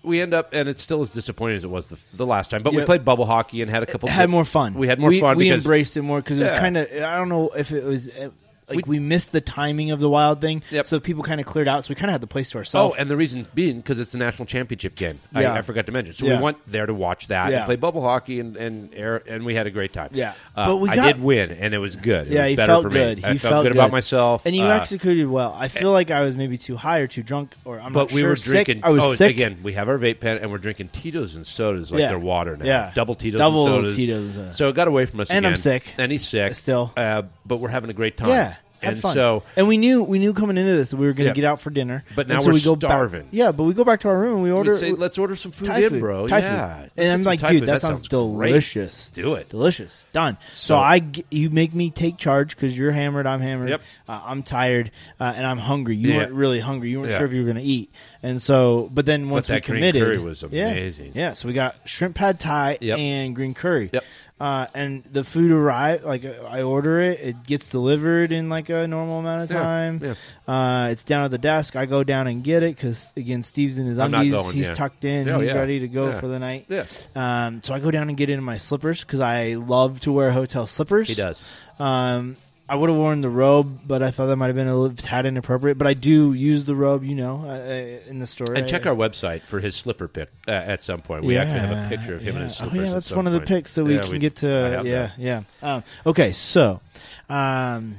we end up, and it's still as disappointing as it was the, the last time. But we Yep. played bubble hockey and had a couple. had more fun. We had more we, fun. We because, embraced it more because it Yeah. was kind of. I don't know if it was uh, like we, missed the timing of the wild thing, Yep. so people kind of cleared out. So we kind of had the place to Oh, ourselves. and the reason being because it's a national championship game. Yeah. I, I forgot to mention. So Yeah. we went there to watch that Yeah. and play bubble hockey and and air, and we had a great time. Yeah. Uh, But we I got- did win, and it was good. It yeah, was he better felt for me. good. He I felt, good, about myself. and you Uh, eh. executed well. I feel like I was maybe too high or too drunk, or I'm But not we sure, were sick. drinking. I was oh, sick again. We have our vape pen, and we're drinking Tito's and sodas like Yeah. they're water now. Yeah. double Tito's, Double and sodas. Tito's, uh, so it got away from us. and I'm again. sick. and he's sick Still. Uh, but we're having a great time. Yeah. Had and fun. so and we knew we knew coming into this that we were going to Yeah. get out for dinner, But And now so we're we go back- starving. yeah, but we go back to our room. and We we order. say, let's order some food Thai in, food. bro. Thai yeah, food. Let's And get I'm some like, Thai dude, food. that, sounds sounds great. delicious. Do it. Delicious. Done. So, So- I, g- you make me take charge because you're hammered. I'm hammered. Yep. Uh, I'm tired, uh, and I'm hungry. You Yeah. weren't really hungry. You weren't Yeah. sure if you were going to eat. And so, but then once that we green committed, curry was Yeah. amazing. Yeah. So we got shrimp pad thai Yep. and green curry. Yep. Uh, and the food arrive like uh, I order it, it gets delivered in like a normal amount of Yeah, time. yeah. Uh, it's down at the desk. I go down and get it because again, Steve's in his I'm not undies. going, he's yeah. tucked in. Oh, he's yeah. ready to go Yeah. for the night. Yeah. Um, so I go down and get in my slippers because I love to wear hotel slippers. He does. Um, I would have worn the robe, but I thought that might have been a little tad inappropriate. But I do use the robe, you know, uh, uh, in the store. And check I, our website for his slipper pic uh, at some point. We actually have a picture of him yeah. in his Oh, slippers. yeah, at that's some one of the point. pics that we Yeah, can get to. I have Yeah, that. yeah. Um, okay, so um,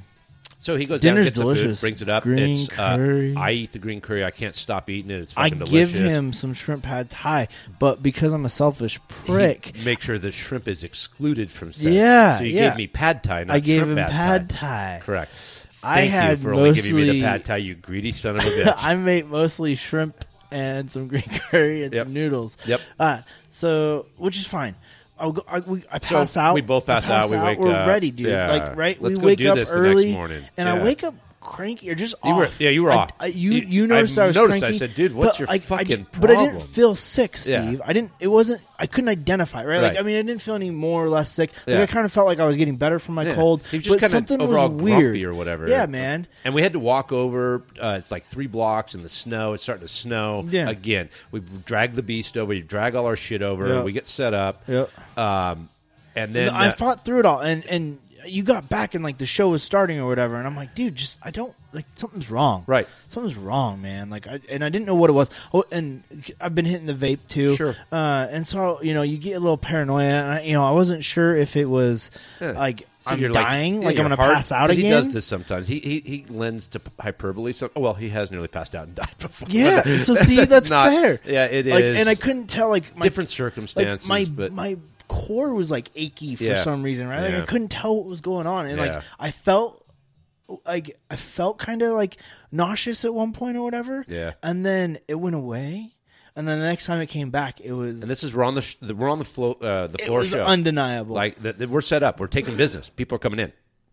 So he goes Dinner's down, gets the food, delicious. brings it up. Green it's, uh, curry. I eat the green curry. I can't stop eating it. It's I fucking delicious. give him some shrimp pad thai, but because I'm a selfish prick, Make sure the shrimp is excluded from set. Yeah, So you yeah. gave me pad thai. Not I gave shrimp him pad pad thai. thai. Correct. I Thank had you for only giving me mostly- the pad thai. You greedy son of a bitch. I made mostly shrimp and some green curry and Yep. some noodles. Yep. Uh, so, which is fine. I'll go, I, we, I So pass out. we both I pass out, we wake We're up. ready, dude. Yeah. Like right, Let's we go wake do up this the next early morning. and I Yeah. wake up cranky or just You were- off. yeah, you were I- off. I, you You- you noticed I was noticed. I cranky, said, "Dude, what's but, your like, I fucking ju- But I didn't problem?" feel sick, Steve. Yeah. I didn't. It wasn't. I couldn't identify. Right. Like Right. I mean, I didn't feel any more or less sick. Like Yeah. I kind of felt like I was getting better from my Yeah. cold. He was just but kinda something overall was grumpy weird or whatever. Yeah, man. And we had to walk over. Uh, it's like three blocks in the snow. It's starting to snow Yeah. again. We drag the beast over. We drag all our shit over. Yeah. We get set up. Yep. Um, and then I uh, fought through it all, and and you got back, and like the show was starting or whatever, and I'm like, dude, just I don't like something's wrong, Right. Something's wrong, man. Like, I, and I didn't know what it was. Oh, and I've been hitting the vape too, Sure. Uh, and so you know, you get a little paranoia, and I, you know, I wasn't sure if it was Yeah. like So I'm you're dying, like, yeah, I'm your gonna heart- pass out 'cause again. He does this sometimes. He he, he lends to p- hyperbole. So, oh, well, he has nearly passed out and died before. Yeah, so see, that's not- fair. yeah, it like, is. and I couldn't tell like my, Different circumstances, Like my but- my core was like achy for Yeah. some reason, right? Like I Yeah. couldn't tell what was going on, and Yeah. like I felt like I felt kind of like nauseous at one point or whatever. Yeah. and then it went away, and then the next time it came back, it was And this is we're on the sh- the- we're on the floor uh, the it floor was show. undeniable. like the, the, we're set up. We're taking business. People are coming in.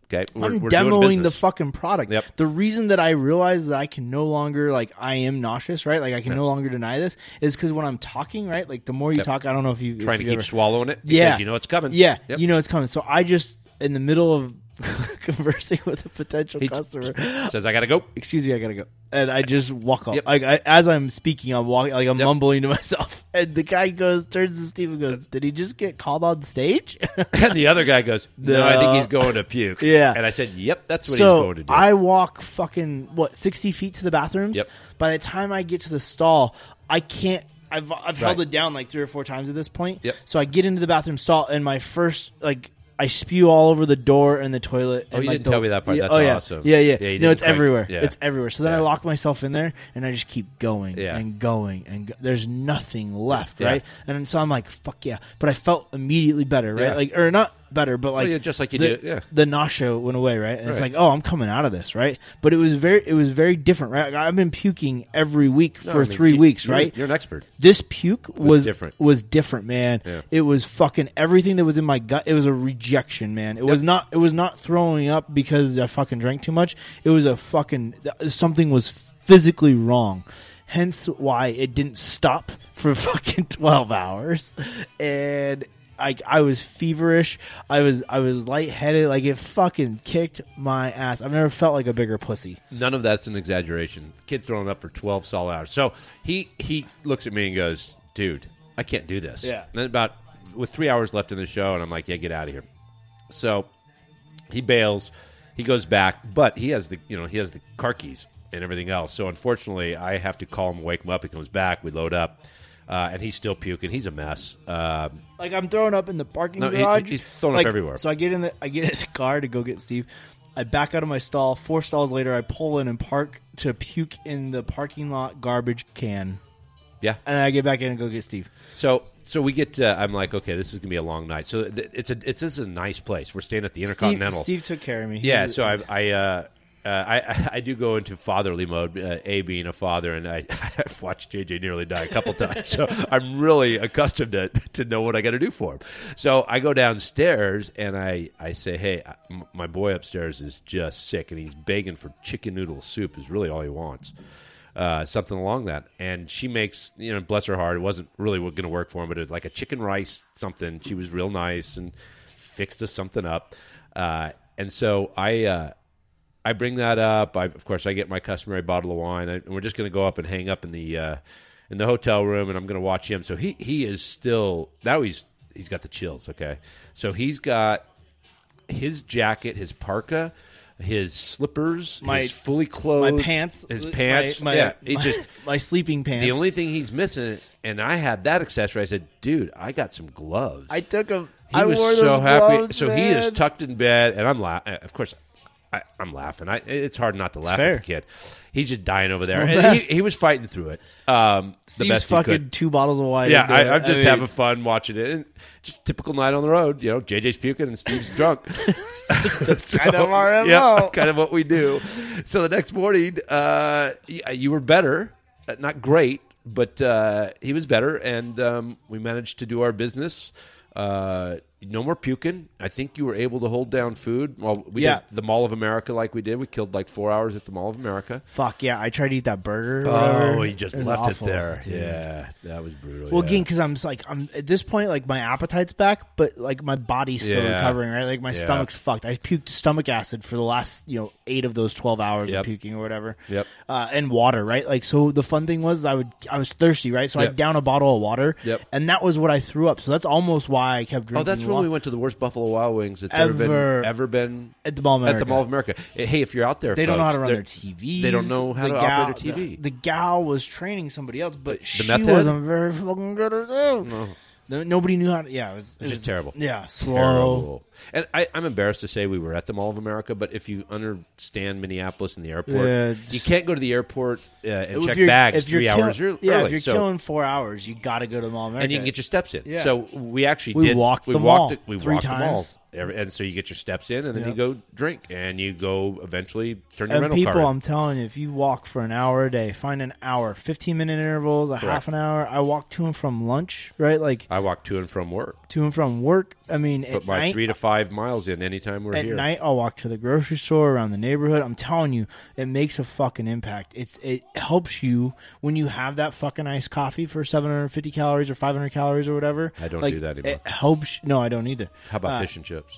Okay, we're, I'm we're doing demoing the business. fucking product. Yep. The reason that I realize that I can no longer like I am nauseous, right? Like I can no longer deny this is because when I'm talking, right? Like the more you talk, I don't know if you if trying to you keep ever- swallowing it. Because Yeah. you know it's coming. Yeah, Yep. you know it's coming. So I just in the middle of conversing with a potential He customer. says I gotta go. Excuse me, I gotta go. And I just walk off. Yep. Like I, as I'm speaking, I'm walking, like I'm Yep. mumbling to myself. And the guy goes, turns to Steve and goes, "Did he just get called on stage?" And the other guy goes, No, I think No. he's going to puke. Yeah. And I said, Yep, that's what he's so going to do. I walk fucking what sixty feet to the bathrooms. Yep. By the time I get to the stall, I can't. I've I've held Right. it down like three or four times at this point. Yep. So I get into the bathroom stall, and my first like I spew all over the door and the toilet. Oh, and you like, didn't the- tell me that part. Yeah, That's oh, yeah. awesome. Yeah, yeah. Yeah, no, you didn't it's quite- everywhere. yeah. It's everywhere. So then I Yeah. lock myself in there, and I just keep going Yeah. and going and go- there's nothing left, Yeah. right? And so I'm like, fuck yeah. But I felt immediately better, right? Yeah. Like or not better, but like Oh, yeah, just like you the- do- yeah. the nausea went away, right? And it's Right. like, oh, I'm coming out of this, right? But it was very, it was very different, right? Like, I've been puking every week No, for I mean, three you- weeks, you're- right? You're an expert. this puke was was different, different. man. Yeah. It was fucking everything that was in my gut. It was a rejection, man. It was not, it was not throwing up because I fucking drank too much. It was a fucking something was physically wrong. Hence why it didn't stop for fucking twelve hours, and I I was feverish. I was I was lightheaded. Like it fucking kicked my ass. I've never felt like a bigger pussy. None of that's an exaggeration. Kid throwing up for twelve solid hours. So he he looks at me and goes, "Dude, I can't do this." Yeah. And then about with three hours left in the show, and I'm like, "Yeah, get out of here." So he bails. He goes back, but he has the you know he has the car keys and everything else. So unfortunately, I have to call him, wake him up. He comes back. We load up, uh, and he's still puking. He's a mess. Um, Like I'm throwing up in the parking No, he- garage. he- he's throwing up Like, everywhere. So I get in the I get in the car to go get Steve. I back out of my stall. Four stalls later, I pull in and park to puke in the parking lot garbage can, yeah. and I get back in and go get Steve. So so we get. Uh, I'm like, okay, this is gonna be a long night. So th- it's a it's this is a nice place. We're staying at the Steve, Intercontinental. Steve took care of me. He's yeah a- so i i uh uh, I, I do go into fatherly mode, uh, A being a father, and I, I've watched JJ nearly die a couple times. So I'm really accustomed to, to know what I got to do for him. So I go downstairs and I, I say, Hey, I- m- my boy upstairs is just sick and he's begging for chicken noodle soup, is really all he wants. Uh, something along that. And she makes, you know, bless her heart, it wasn't really going to work for him, but it was like a chicken rice something. She was real nice and fixed us something up. Uh, and so I uh, I bring that up. I, of course, I get my customary bottle of wine, I, and we're just going to go up and hang up in the uh, in the hotel room, and I'm going to watch him. So he he is still now he's he's got the chills. Okay, so he's got his jacket, his parka, his slippers, My- his fully clothed my pants, his my- pants. my, yeah, my, he just my sleeping pants. the only thing he's missing. And I had that accessory. I said, "Dude, I got some gloves." I took them. He I was wore so those happy. gloves, so he man. is tucked in bed, and I'm laughing. Of course, I, I'm laughing. I, it's hard not to laugh fair. at the kid. He's just dying over there, the and he, best. he was fighting through it. Um, the Steve's best fucking he could. two bottles of wine. Yeah, into it. I, I'm just mean, having fun watching it. And just typical night on the road. You know, JJ's puking and Steve's drunk. That's kind of our MO. Yeah, kind of what we do. So the next morning, uh, y- you were better, Uh, not great, but uh, he was better, and um, we managed to do our business. Uh, no more puking. I think you were able to hold down food. Well, we Yeah. did the Mall of America like we did. We killed like four hours at the Mall of America. Fuck yeah! I tried to eat that burger. or Oh, whatever. you just It was left awful, it there. dude. Yeah, that was brutal. Well, yeah. again, because I'm just like I'm at this point, like my appetite's back, but like my body's still Yeah. recovering, right? Like my Yeah. stomach's fucked. I puked stomach acid for the last you know eight of those twelve hours Yep. of puking or whatever. Yep. Uh, and water, right? Like so, the fun thing was I would I was thirsty, right? So Yep. I'd down a bottle of water, Yep. and that was what I threw up. So that's almost why I kept drinking. Oh, that's wa- when we went to the worst Buffalo Wild Wings that's ever, Ever. been ever been at the Mall of at the America. Mall of America. Eh, Hey, if you're out there, They don't know how folks, to run there- their TVs. They don't know how to operate a TV. The, the gal was training somebody else, but she meth head? wasn't very fucking good at it. No- Nobody knew how to. Yeah, it was, it It's was just terrible. Yeah, slow. Terrible. And I, I'm embarrassed to say we were at the Mall of America, but if you understand Minneapolis and the airport, Yeah, it's- you can't go to the airport uh, and If check you're- bags if you're three kill- hours ear- Yeah, early. if you're so, killing four hours, you got to go to the Mall of America. and you can get your steps in. Yeah. So we actually We did, walked we the walked mall it- we three walked the mall. times. Every- and so you get your steps in, and then Yeah. you go drink, and you go eventually turn your and rental people, car. in. I'm telling you, if you walk for an hour a day, find an hour, 15 minute intervals, a half an hour. I walk to and from lunch, right? Like I walk to and from work. to and from work. I mean, Put at my night, three to five miles in anytime we're at here. night i'll walk to the grocery store around the neighborhood i'm telling you it makes a fucking impact it's it helps you when you have that fucking iced coffee for 750 calories or 500 calories or whatever I don't like, do that anymore. it helps no i don't either How about Uh, fish and chips?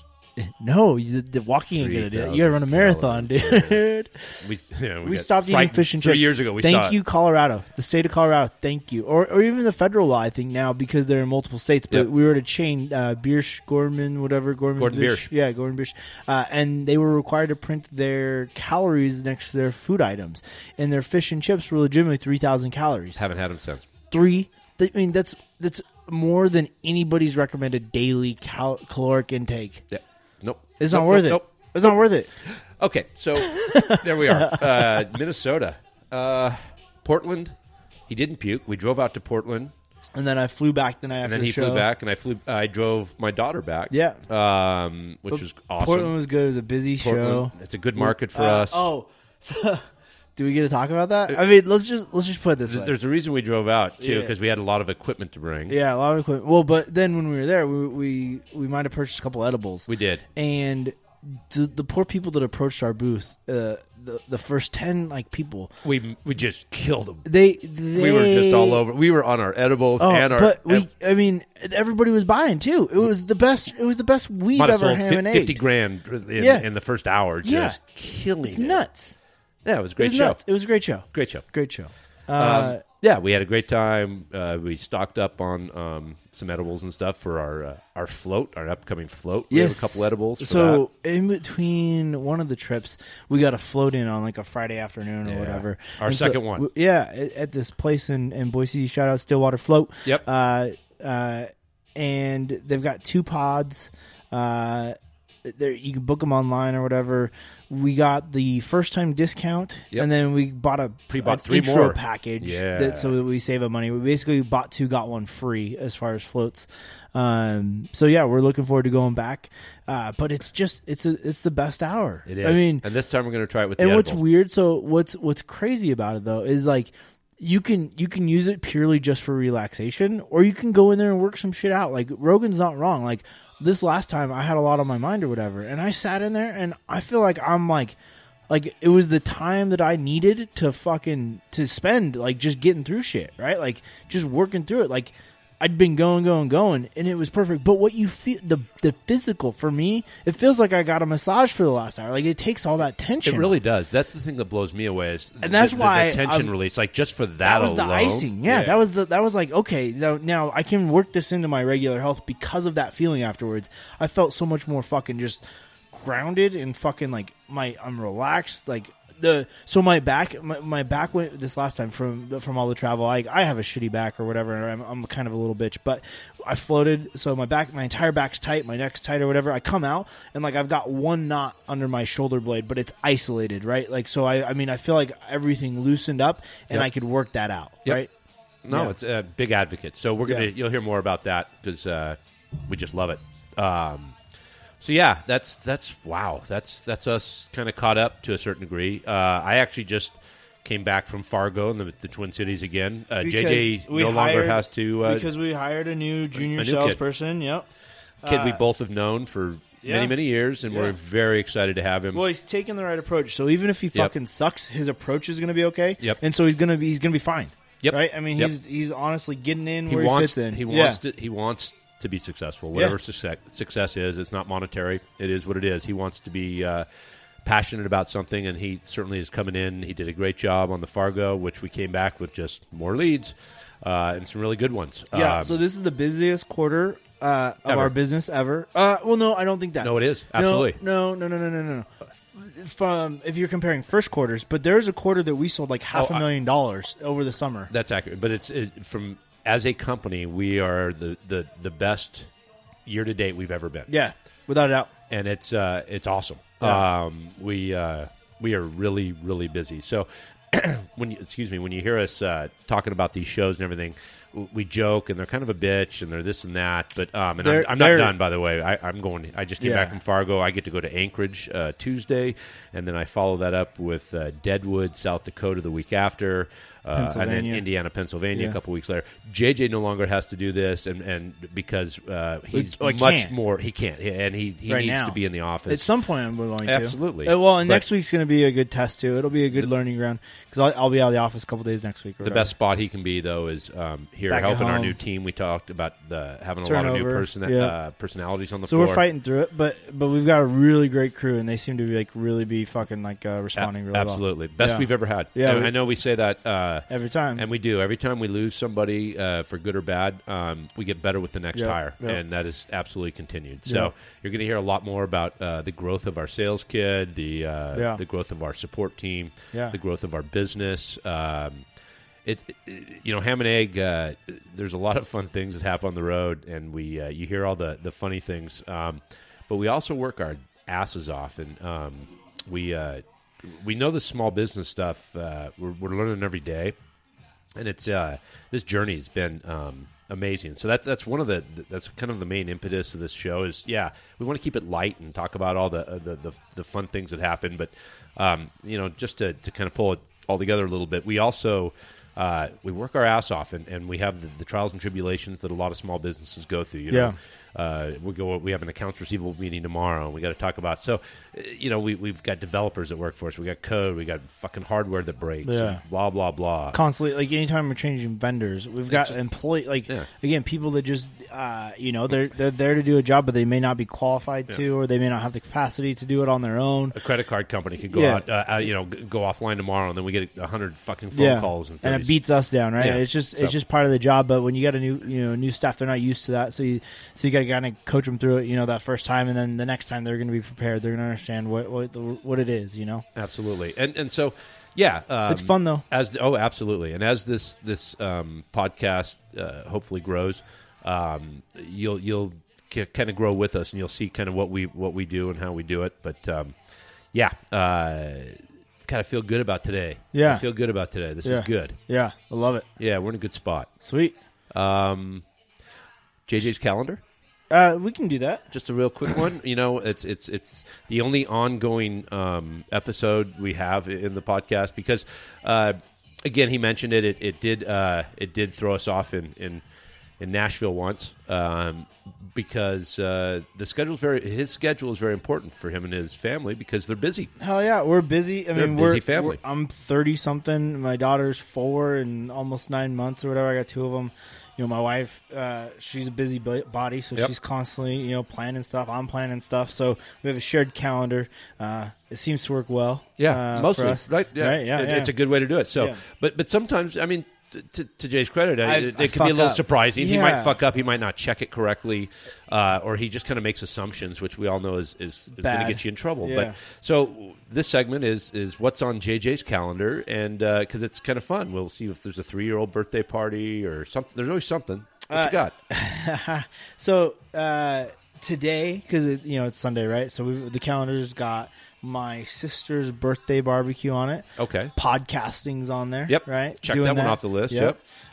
no you, the walking ain't gonna do it you gotta run a 3,000 marathon calories. dude We you know, we got stopped eating frightened fish and three chips years ago. We thank saw it. you, Colorado, the state of Colorado. Thank you, or or even the federal law. I think now because they're in multiple states. But Yep. we were at a chain, uh, Biersch, Gorman, whatever Gorman, Gordon Biersch. yeah, Gordon Biersch, uh, and they were required to print their calories next to their food items, and their fish and chips were legitimately three thousand calories. Haven't had them since. three. I mean, that's that's more than anybody's recommended daily cal- caloric intake. Yeah. Nope. It's Nope, not worth nope, it. nope. It's not worth it. Okay, so there we are. Uh, Minnesota, uh, Portland. He didn't puke. We drove out to Portland, And then I flew back the night after and then the he show. flew back, and I flew. I drove my daughter back. Yeah. um, which was awesome. Portland was good. It was a busy show. Portland, It's a good market for Uh, us. Oh, so, do we get to talk about that? I mean, let's just let's just put it this way. There's a reason we drove out too, Yeah. because we had a lot of equipment to bring. Yeah, a lot of equipment. Well, but then when we were there, we we, we might have purchased a couple edibles. We did. and the, the poor people that approached our booth, uh, the the first ten like people, We we just killed them. they, they We were just all over. We were on our edibles Oh, and our. but we, I mean, everybody was buying too. It was the best. It was the best we've might have ever sold ham fif- and fifty egg. grand in, Yeah. in the first hour. Just Yeah. killing It's it. nuts. Yeah, it was a It great was show. nuts. It was a great show. Great show. Great show. Uh, Um, yeah, we had a great time. Uh, we stocked up on um, some edibles and stuff for our uh, our float, our upcoming float. We have a couple edibles. For so in between one of the trips, we got a float in on like a Friday afternoon or Yeah. whatever. Our so- second one. w- yeah, at, at this place in, in Boise. Shout out Stillwater Float. Yep. Uh, uh, and they've got two pods. Uh, there you can book them online or whatever. We got the first time discount, Yep. and then we bought a an Pre-bought three intro more. package. Yeah. that- so that we save up money. We basically bought two, got one free as far as floats. Um, so yeah, we're looking forward to going back. Uh, but it's just it's a, it's the best hour. that. It is. I mean, and this time we're going to try it with and the what's edibles. weird? So what's what's crazy about it though is like you can you can use it purely just for relaxation, or you can go in there and work some shit out. Like Rogan's not wrong. Like this last time, I had a lot on my mind or whatever, and I sat in there and I feel like I'm like. Like it was the time that I needed to fucking to spend like just getting through shit, right? Like just working through it. Like I'd been going, going, going, and it was perfect. But what you feel the the physical for me, it feels like I got a massage for the last hour. Like it takes all that tension. It really does. That's the thing that blows me away is And that's the, why the, tension I'm- release. Like just for that, that was the alone. icing. Yeah, that was the that was like okay. Now, now I can work this into my regular health because of that feeling afterwards. I felt so much more fucking just grounded and fucking like my I'm relaxed. Like the so my back my, my back went this last time from from all the travel. I I have a shitty back or whatever. and I'm, I'm kind of a little bitch, but I floated. So my back my entire back's tight, my neck's tight or whatever. I come out and like I've got one knot under my shoulder blade, but it's isolated, right? Like so I I mean I feel like everything loosened up and Yep. I could work that out, Yep. right? No, Yeah. it's a big advocate. So we're gonna Yeah. you'll hear more about that because uh, we just love it. Um, so yeah, that's that's wow, that's that's us kind of caught up to a certain degree. Uh, I actually just came back from Fargo and the, the Twin Cities again. Uh, JJ Because we no longer hired- has to uh, because we hired a new junior new kid. salesperson. Yep. kid we both have known for uh, yeah. many many years, and Yeah. we're very excited to have him. Well, he's taking the right approach. So even if he fucking sucks, his approach is going to be okay. Yep. And so he's going to be he's going to be fine. Yep. Right. I mean, Yep. he's he's honestly getting in he where wants he fits in. he Yeah. wants to he wants to be successful whatever success, success is it's not monetary it is what it is he wants to be uh, passionate about something and he certainly is coming in he did a great job on the fargo which we came back with just more leads uh, and some really good ones Yeah. Um, so this is the busiest quarter uh, of Ever. our business ever. Uh, well, no, I don't think that. No, it is. Absolutely. No, no, no, no, no, no. no. From if you're comparing first quarters, but there's a quarter that we sold like half Oh, a I- million dollars over the summer. That's accurate, but it's it, from as a company, we are the the, the best year to date we've ever been. yeah, without a doubt. and it's uh, it's awesome. Yeah. Um, we uh, we are really really busy. So when you, excuse me, when you hear us uh, talking about these shows and everything, w- we joke and they're kind of a bitch and they're this and that. But um, and I'm, They're- I'm not they're- done by the way. I, I'm going. I just came Yeah. back from Fargo. I get to go to Anchorage uh, Tuesday, and then I follow that up with uh, Deadwood, South Dakota, the week after, uh, and then Pennsylvania. Indiana, Pennsylvania, Yeah. a couple weeks later. JJ no longer has to do this, and and because uh, he's oh, he much can't. more. He can't, Yeah, and he he Right needs now. to be in the office. At some point, I'm going to Absolutely. Uh, well, and But- next week's going to be a good test too. It'll be a good learning ground because I'll, I'll be out of the office a couple days next week. Or the best spot he can be though is um, here Back at helping our home. new team. We talked about the having a lot of new Turnover. person Yeah. uh, personalities on the So floor. we're fighting through it, but but we've got a really great crew, and they seem to be like really be fucking like uh, A- responding really well Absolutely, best Yeah. we've ever had. Yeah, And we- I know we say that. Uh, every time. and we do every time we lose somebody uh, for good or bad um, we get better with the next Yeah, hire yeah. and that is absolutely continued so Yeah. you're going to hear a lot more about uh, the growth of our sales kid the uh, Yeah. the growth of our support team Yeah. the growth of our business um, it, it- you know ham and egg uh, there's a lot of fun things that happen on the road and we uh, you hear all the the funny things um, but we also work our asses off and um, we uh, we know the small business stuff uh, we're, we're learning every day and it's uh, this journey has been um, amazing. So that's that's one of the that's kind of the main impetus of this show is yeah we want to keep it light and talk about all the uh, the, the, the fun things that happen, but um, you know just to, to kind of pull it all together a little bit. We also uh, we work our ass off and, and we have the, the trials and tribulations that a lot of small businesses go through. You know? Yeah. Uh, we go. We have an accounts receivable meeting tomorrow, and we got to talk about. So, uh, you know, we we've got developers that work for us. We got code. We got fucking hardware that breaks. Yeah. and blah blah blah. constantly like anytime we're changing vendors we've got employee like Yeah. again people that just uh, you know they're they're there to do a job but they may not be qualified to or they may not have the capacity to do it on their own a credit card company could go Yeah. out, uh, uh, you know, g- go offline tomorrow, and then we get a hundred fucking phone calls and, it beats us down, right? Yeah. It's just So- it's just part of the job. But when you got a new you know new staff, they're not used to that, so you so you got to kind of coach them through it, you know, that first time, and then the next time they're going to be prepared. They're going to understand what what the, what it is, you know. absolutely, and and so yeah, um, It's fun, though. As oh, absolutely, and as this this um, podcast uh, hopefully grows, um, you'll you'll kind of grow with us, and you'll see kind of what we what we do and how we do it. But um, yeah, uh, kind of feel good about today. Yeah. I feel good about today. This Yeah. is good. Yeah, I love it. Yeah, we're in a good spot. Sweet. Um, JJ's calendar. Uh, we can do that. just a real quick one. You know, it's it's it's the only ongoing um, episode we have i- in the podcast because, uh, again, he mentioned it. It, it did uh, it did throw us off in in in Nashville once um, because uh, the schedule's very his schedule is very important for him and his family because they're busy. Hell yeah, we're busy. I They're mean, a busy we're, family. we're- I'm 30 something. My daughter's four and almost nine months or whatever. I got two of them. You know, my wife, uh, she's a busy bo- body, so Yep. she's constantly you know planning stuff. I'm planning stuff, so we have a shared calendar. Uh, it seems to work well. yeah, uh, mostly for us. right. Yeah, Right, yeah, It- yeah. it's a good way to do it. So, Yeah. but but sometimes I mean, t- to, to Jay's credit, I, I- it, I it can be a fuck little up. surprising. He might Yeah. fuck up. He might not check it correctly, uh, or he just kind of makes assumptions, which we all know is is, is going to Bad. get you in trouble. Yeah. But so this segment is is what's on JJ's calendar, and because it's kind of fun, we'll see if there's a three year old birthday party or something. There's always something. What Uh, you got? Ah, So uh, today, because you know it's Sunday, right? So we've, the calendar's got my sister's birthday barbecue on it. Okay. podcasting's on there. Yep. right. Check that one off the list.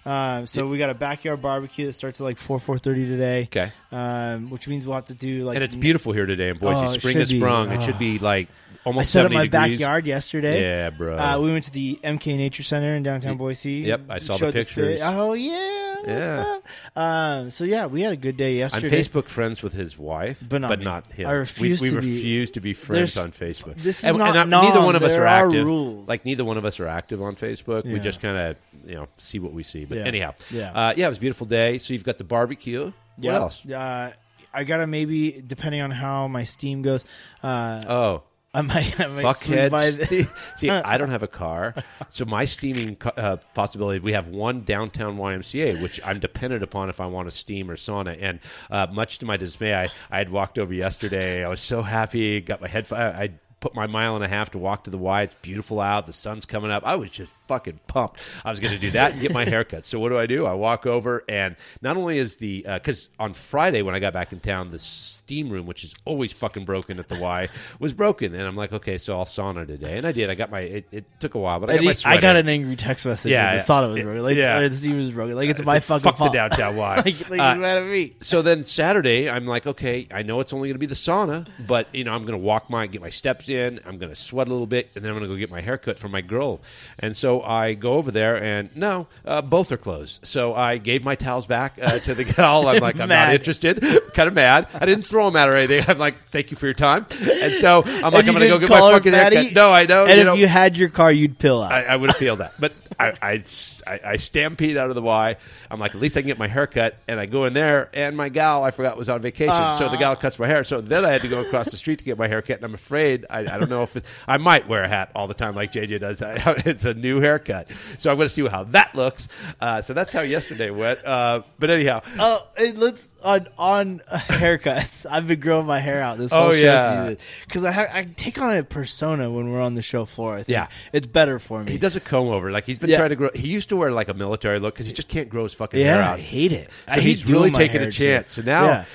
Um, so we got a backyard barbecue that starts at like four four thirty today. Okay. um, which means we'll have to do like And it's beautiful here today in Boise. Oh, it Spring should has be. sprung. It Ah. should be like I almost set up seventy my degrees. backyard yesterday. Yeah, bro. Uh, we went to the MK Nature Center in downtown Boise. yep, I saw the Showed fit. pictures. oh yeah, what's Yeah. up? Um, so yeah, we had a good day I'm yesterday. Facebook friends with his wife, But not me. him. I refuse we, we to be- refuse to be friends There's- on Facebook. this is and, not and I- neither nom. one of us There are are active. rules. Like neither one of us are active on Facebook. We Yeah. just kind of you know see what we see. But Yeah. anyhow, Yeah. uh, yeah, it was a beautiful day. So you've got the barbecue. What Yep. else? Uh, I gotta maybe depending on how my steam goes. Uh, Oh. I might, I might swing by the- Fuckheads. See, I don't have a car, so my steaming co- uh, possibility. We have one downtown YMCA, which I'm dependent upon if I want to steam or sauna. And uh, much to my dismay, I, I had walked over yesterday. I was so happy. Got my head. I, I put my mile and a half to walk to the Y. It's beautiful out. The sun's coming up. I was just fucking pumped. I was going to do that and get my haircut. So what do I do? I walk over, and not only is the because on Friday when I got back in town, the steam room, which is always fucking broken at the Y, was broken, and I'm like, okay, so I'll sauna today, and I did. I got my. It, it took a while, but I At got my least I sweater. got an angry text message. Yeah, Yeah, I yeah. thought it was It- rogue. Like, yeah. yeah, it was rogue. Like it's I my said, fucking fuck fault. the downtown Y. like, like Uh, he's mad at me. so then Saturday, I'm like, okay, I know it's only going to be the sauna, but you know, I'm going to walk my get my steps in. I'm going to sweat a little bit, and then I'm going to go get my haircut from my girl. And so I go over there, and no, uh, both are closed. So I gave my towels back uh, to the gal. I'm like, I'm not Mad. interested. kind of mad. I didn't throw them at her or anything. I'm like, thank you for your time. And so I'm And like, I'm you going to didn't go get my call her fucking fatty? haircut. No, I know. And you if know. you had your car, you'd pill out. I, I would feel that. But I, I, I, I stampede out of the Y. I'm like, at least I can get my hair cut. And I go in there, and my gal I forgot was on vacation. so the gal cuts my hair. So then I had to go across the street to get my hair cut. And I'm afraid, I, I don't know if it, I might wear a hat all the time like JJ does. I, it's a new haircut. So I'm going to see how that looks. Uh, so that's how yesterday went. Uh, but anyhow, Oh, it looks on on uh, haircuts. I've been growing my hair out this Oh, whole show yeah. season because I, ha- I take on a persona when we're on the show floor. I think. Yeah. it's better for me. he does a comb over. Like he's been Yeah. trying to grow. He used to wear like a military look because he just can't grow his fucking hair yeah, out. I hate it. I So hate he's really doing my taking hair, a too. chance. So now, Yeah.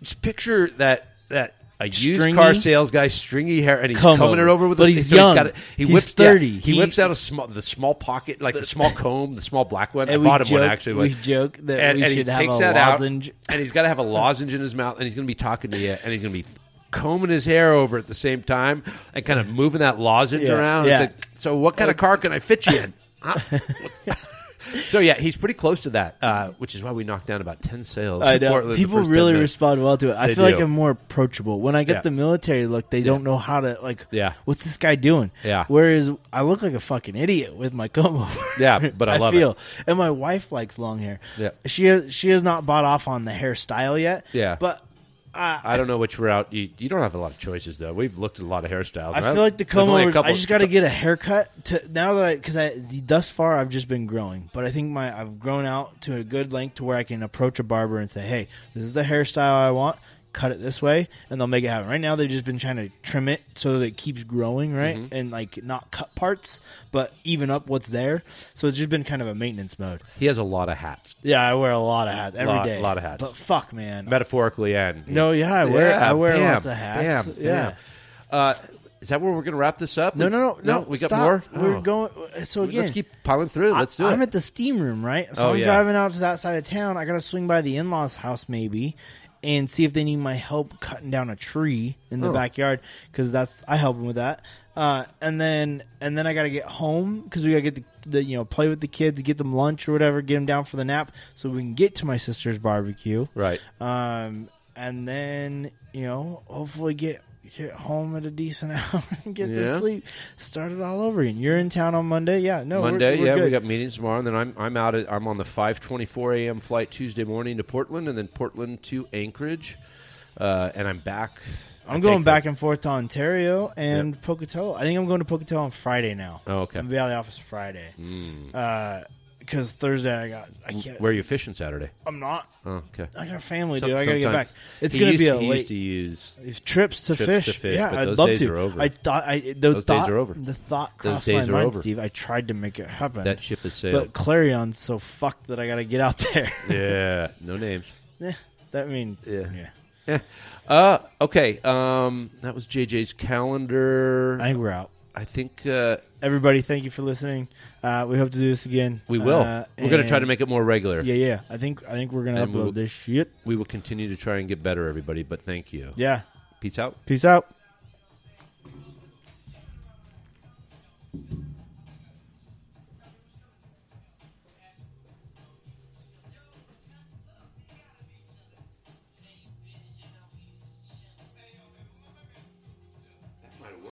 just picture that that a used Stringy? car sales guy, stringy hair, and he's Comb combing over. it over with. But a, he's so young. got it- he He's whips yeah, 30. he He- whips out a small, the small pocket, like the small comb, the small black one. I And we bought him one joke- actually. we but- joke that and, we and should he have takes a that out, lozenge. and he's got to have a lozenge in his mouth, and he's going to be talking to you, and he's going to be combing his hair over at the same time and kind of moving that lozenge Yeah, around. yeah. It's like, so what kind of car can I fit you in? Huh? so yeah, he's pretty close to that, uh, which is why we knocked down about ten sales. I in know. Portland in the People first 10 really minutes. respond well to it. I They feel like do. I'm more approachable. When I get Yeah. the military look, they don't know how to like. Yeah. What's this guy doing? Yeah. Whereas I look like a fucking idiot with my comb over. Yeah, but I love it. feel. And my wife likes long hair. Yeah. She has, she has not bought off on the hairstyle yet. Yeah. But I don't know which route. You, you don't have a lot of choices though. We've looked at a lot of hairstyles. I and feel like the there's comb only a over. couple- I just got to get a haircut to now that I because I thus far I've just been growing, but I think my I've grown out to a good length to where I can approach a barber and say, "Hey, this is the hairstyle I want. Cut it this way," and they'll make it happen. Right now, they've just been trying to trim it so that it keeps growing, right, Mm-hmm. and like not cut parts, but even up what's there. So it's just been kind of a maintenance mode. He has a lot of hats, Yeah, I wear a lot of hats every day. Lot- lot of hats. But fuck, man. metaphorically and no, yeah, I wear Yeah, I wear bam, lots of hats. bam, yeah. bam. Uh, is that where we're going to wrap this up? No, no, no, no. we stop. got more. We're Oh. going. So again, Let's keep piling through. Let's do I, it. am at the steam room, right? So Oh, I'm yeah. driving out to that side of town. I got to swing by the in laws' house maybe and see if they need my help cutting down a tree in the Oh. backyard because that's I help them with that. Uh, and then and then I got to get home because we got to get the, the you know play with the kids, get them lunch or whatever, get them down for the nap so we can get to my sister's barbecue. Right. Um, and then you know hopefully get get home at a decent hour and get Yeah. to sleep. Start it all over again. You're in town on Monday, yeah? No, Oh, we're- Monday, we're yeah, we good. got meetings tomorrow, and then I'm I'm out. At, I'm on the 5:24 a.m. flight Tuesday morning to Portland, and then Portland to Anchorage, uh, and I'm back. I I'm take going the- back and forth to Ontario and Pocatello. I think I'm going to Pocatello on Friday now. Oh, okay. Hmm. I'm gonna be out of the office Friday. Because Thursday I got I can't. Where are you fishing Saturday? I'm not. Oh, okay. I got family, Some- dude. I gotta get back. sometimes- It's He gonna used- be a he late Used to use if trips to, trips fish, to fish, yeah, but I'd those love days to. are over. I thought I the Those days thought, are over. The thought Those crossed days my are mind, over. Steve. I tried to make it happen. that ship has sailed. but Clarion's so fucked that I gotta get out there. yeah, no names. Yeah, that mean Yeah. yeah. Yeah. Uh, okay. Um, that was JJ's calendar. I think we're out. I think uh, Everybody, thank you for listening. Uh, we hope to do this again. we will. Uh, We're going to try and- to make it more regular. Yeah, yeah. I think I think we're gonna And upload we'll- this shit. We will continue to try and get better, everybody. But thank you. Yeah. Peace out. Peace out.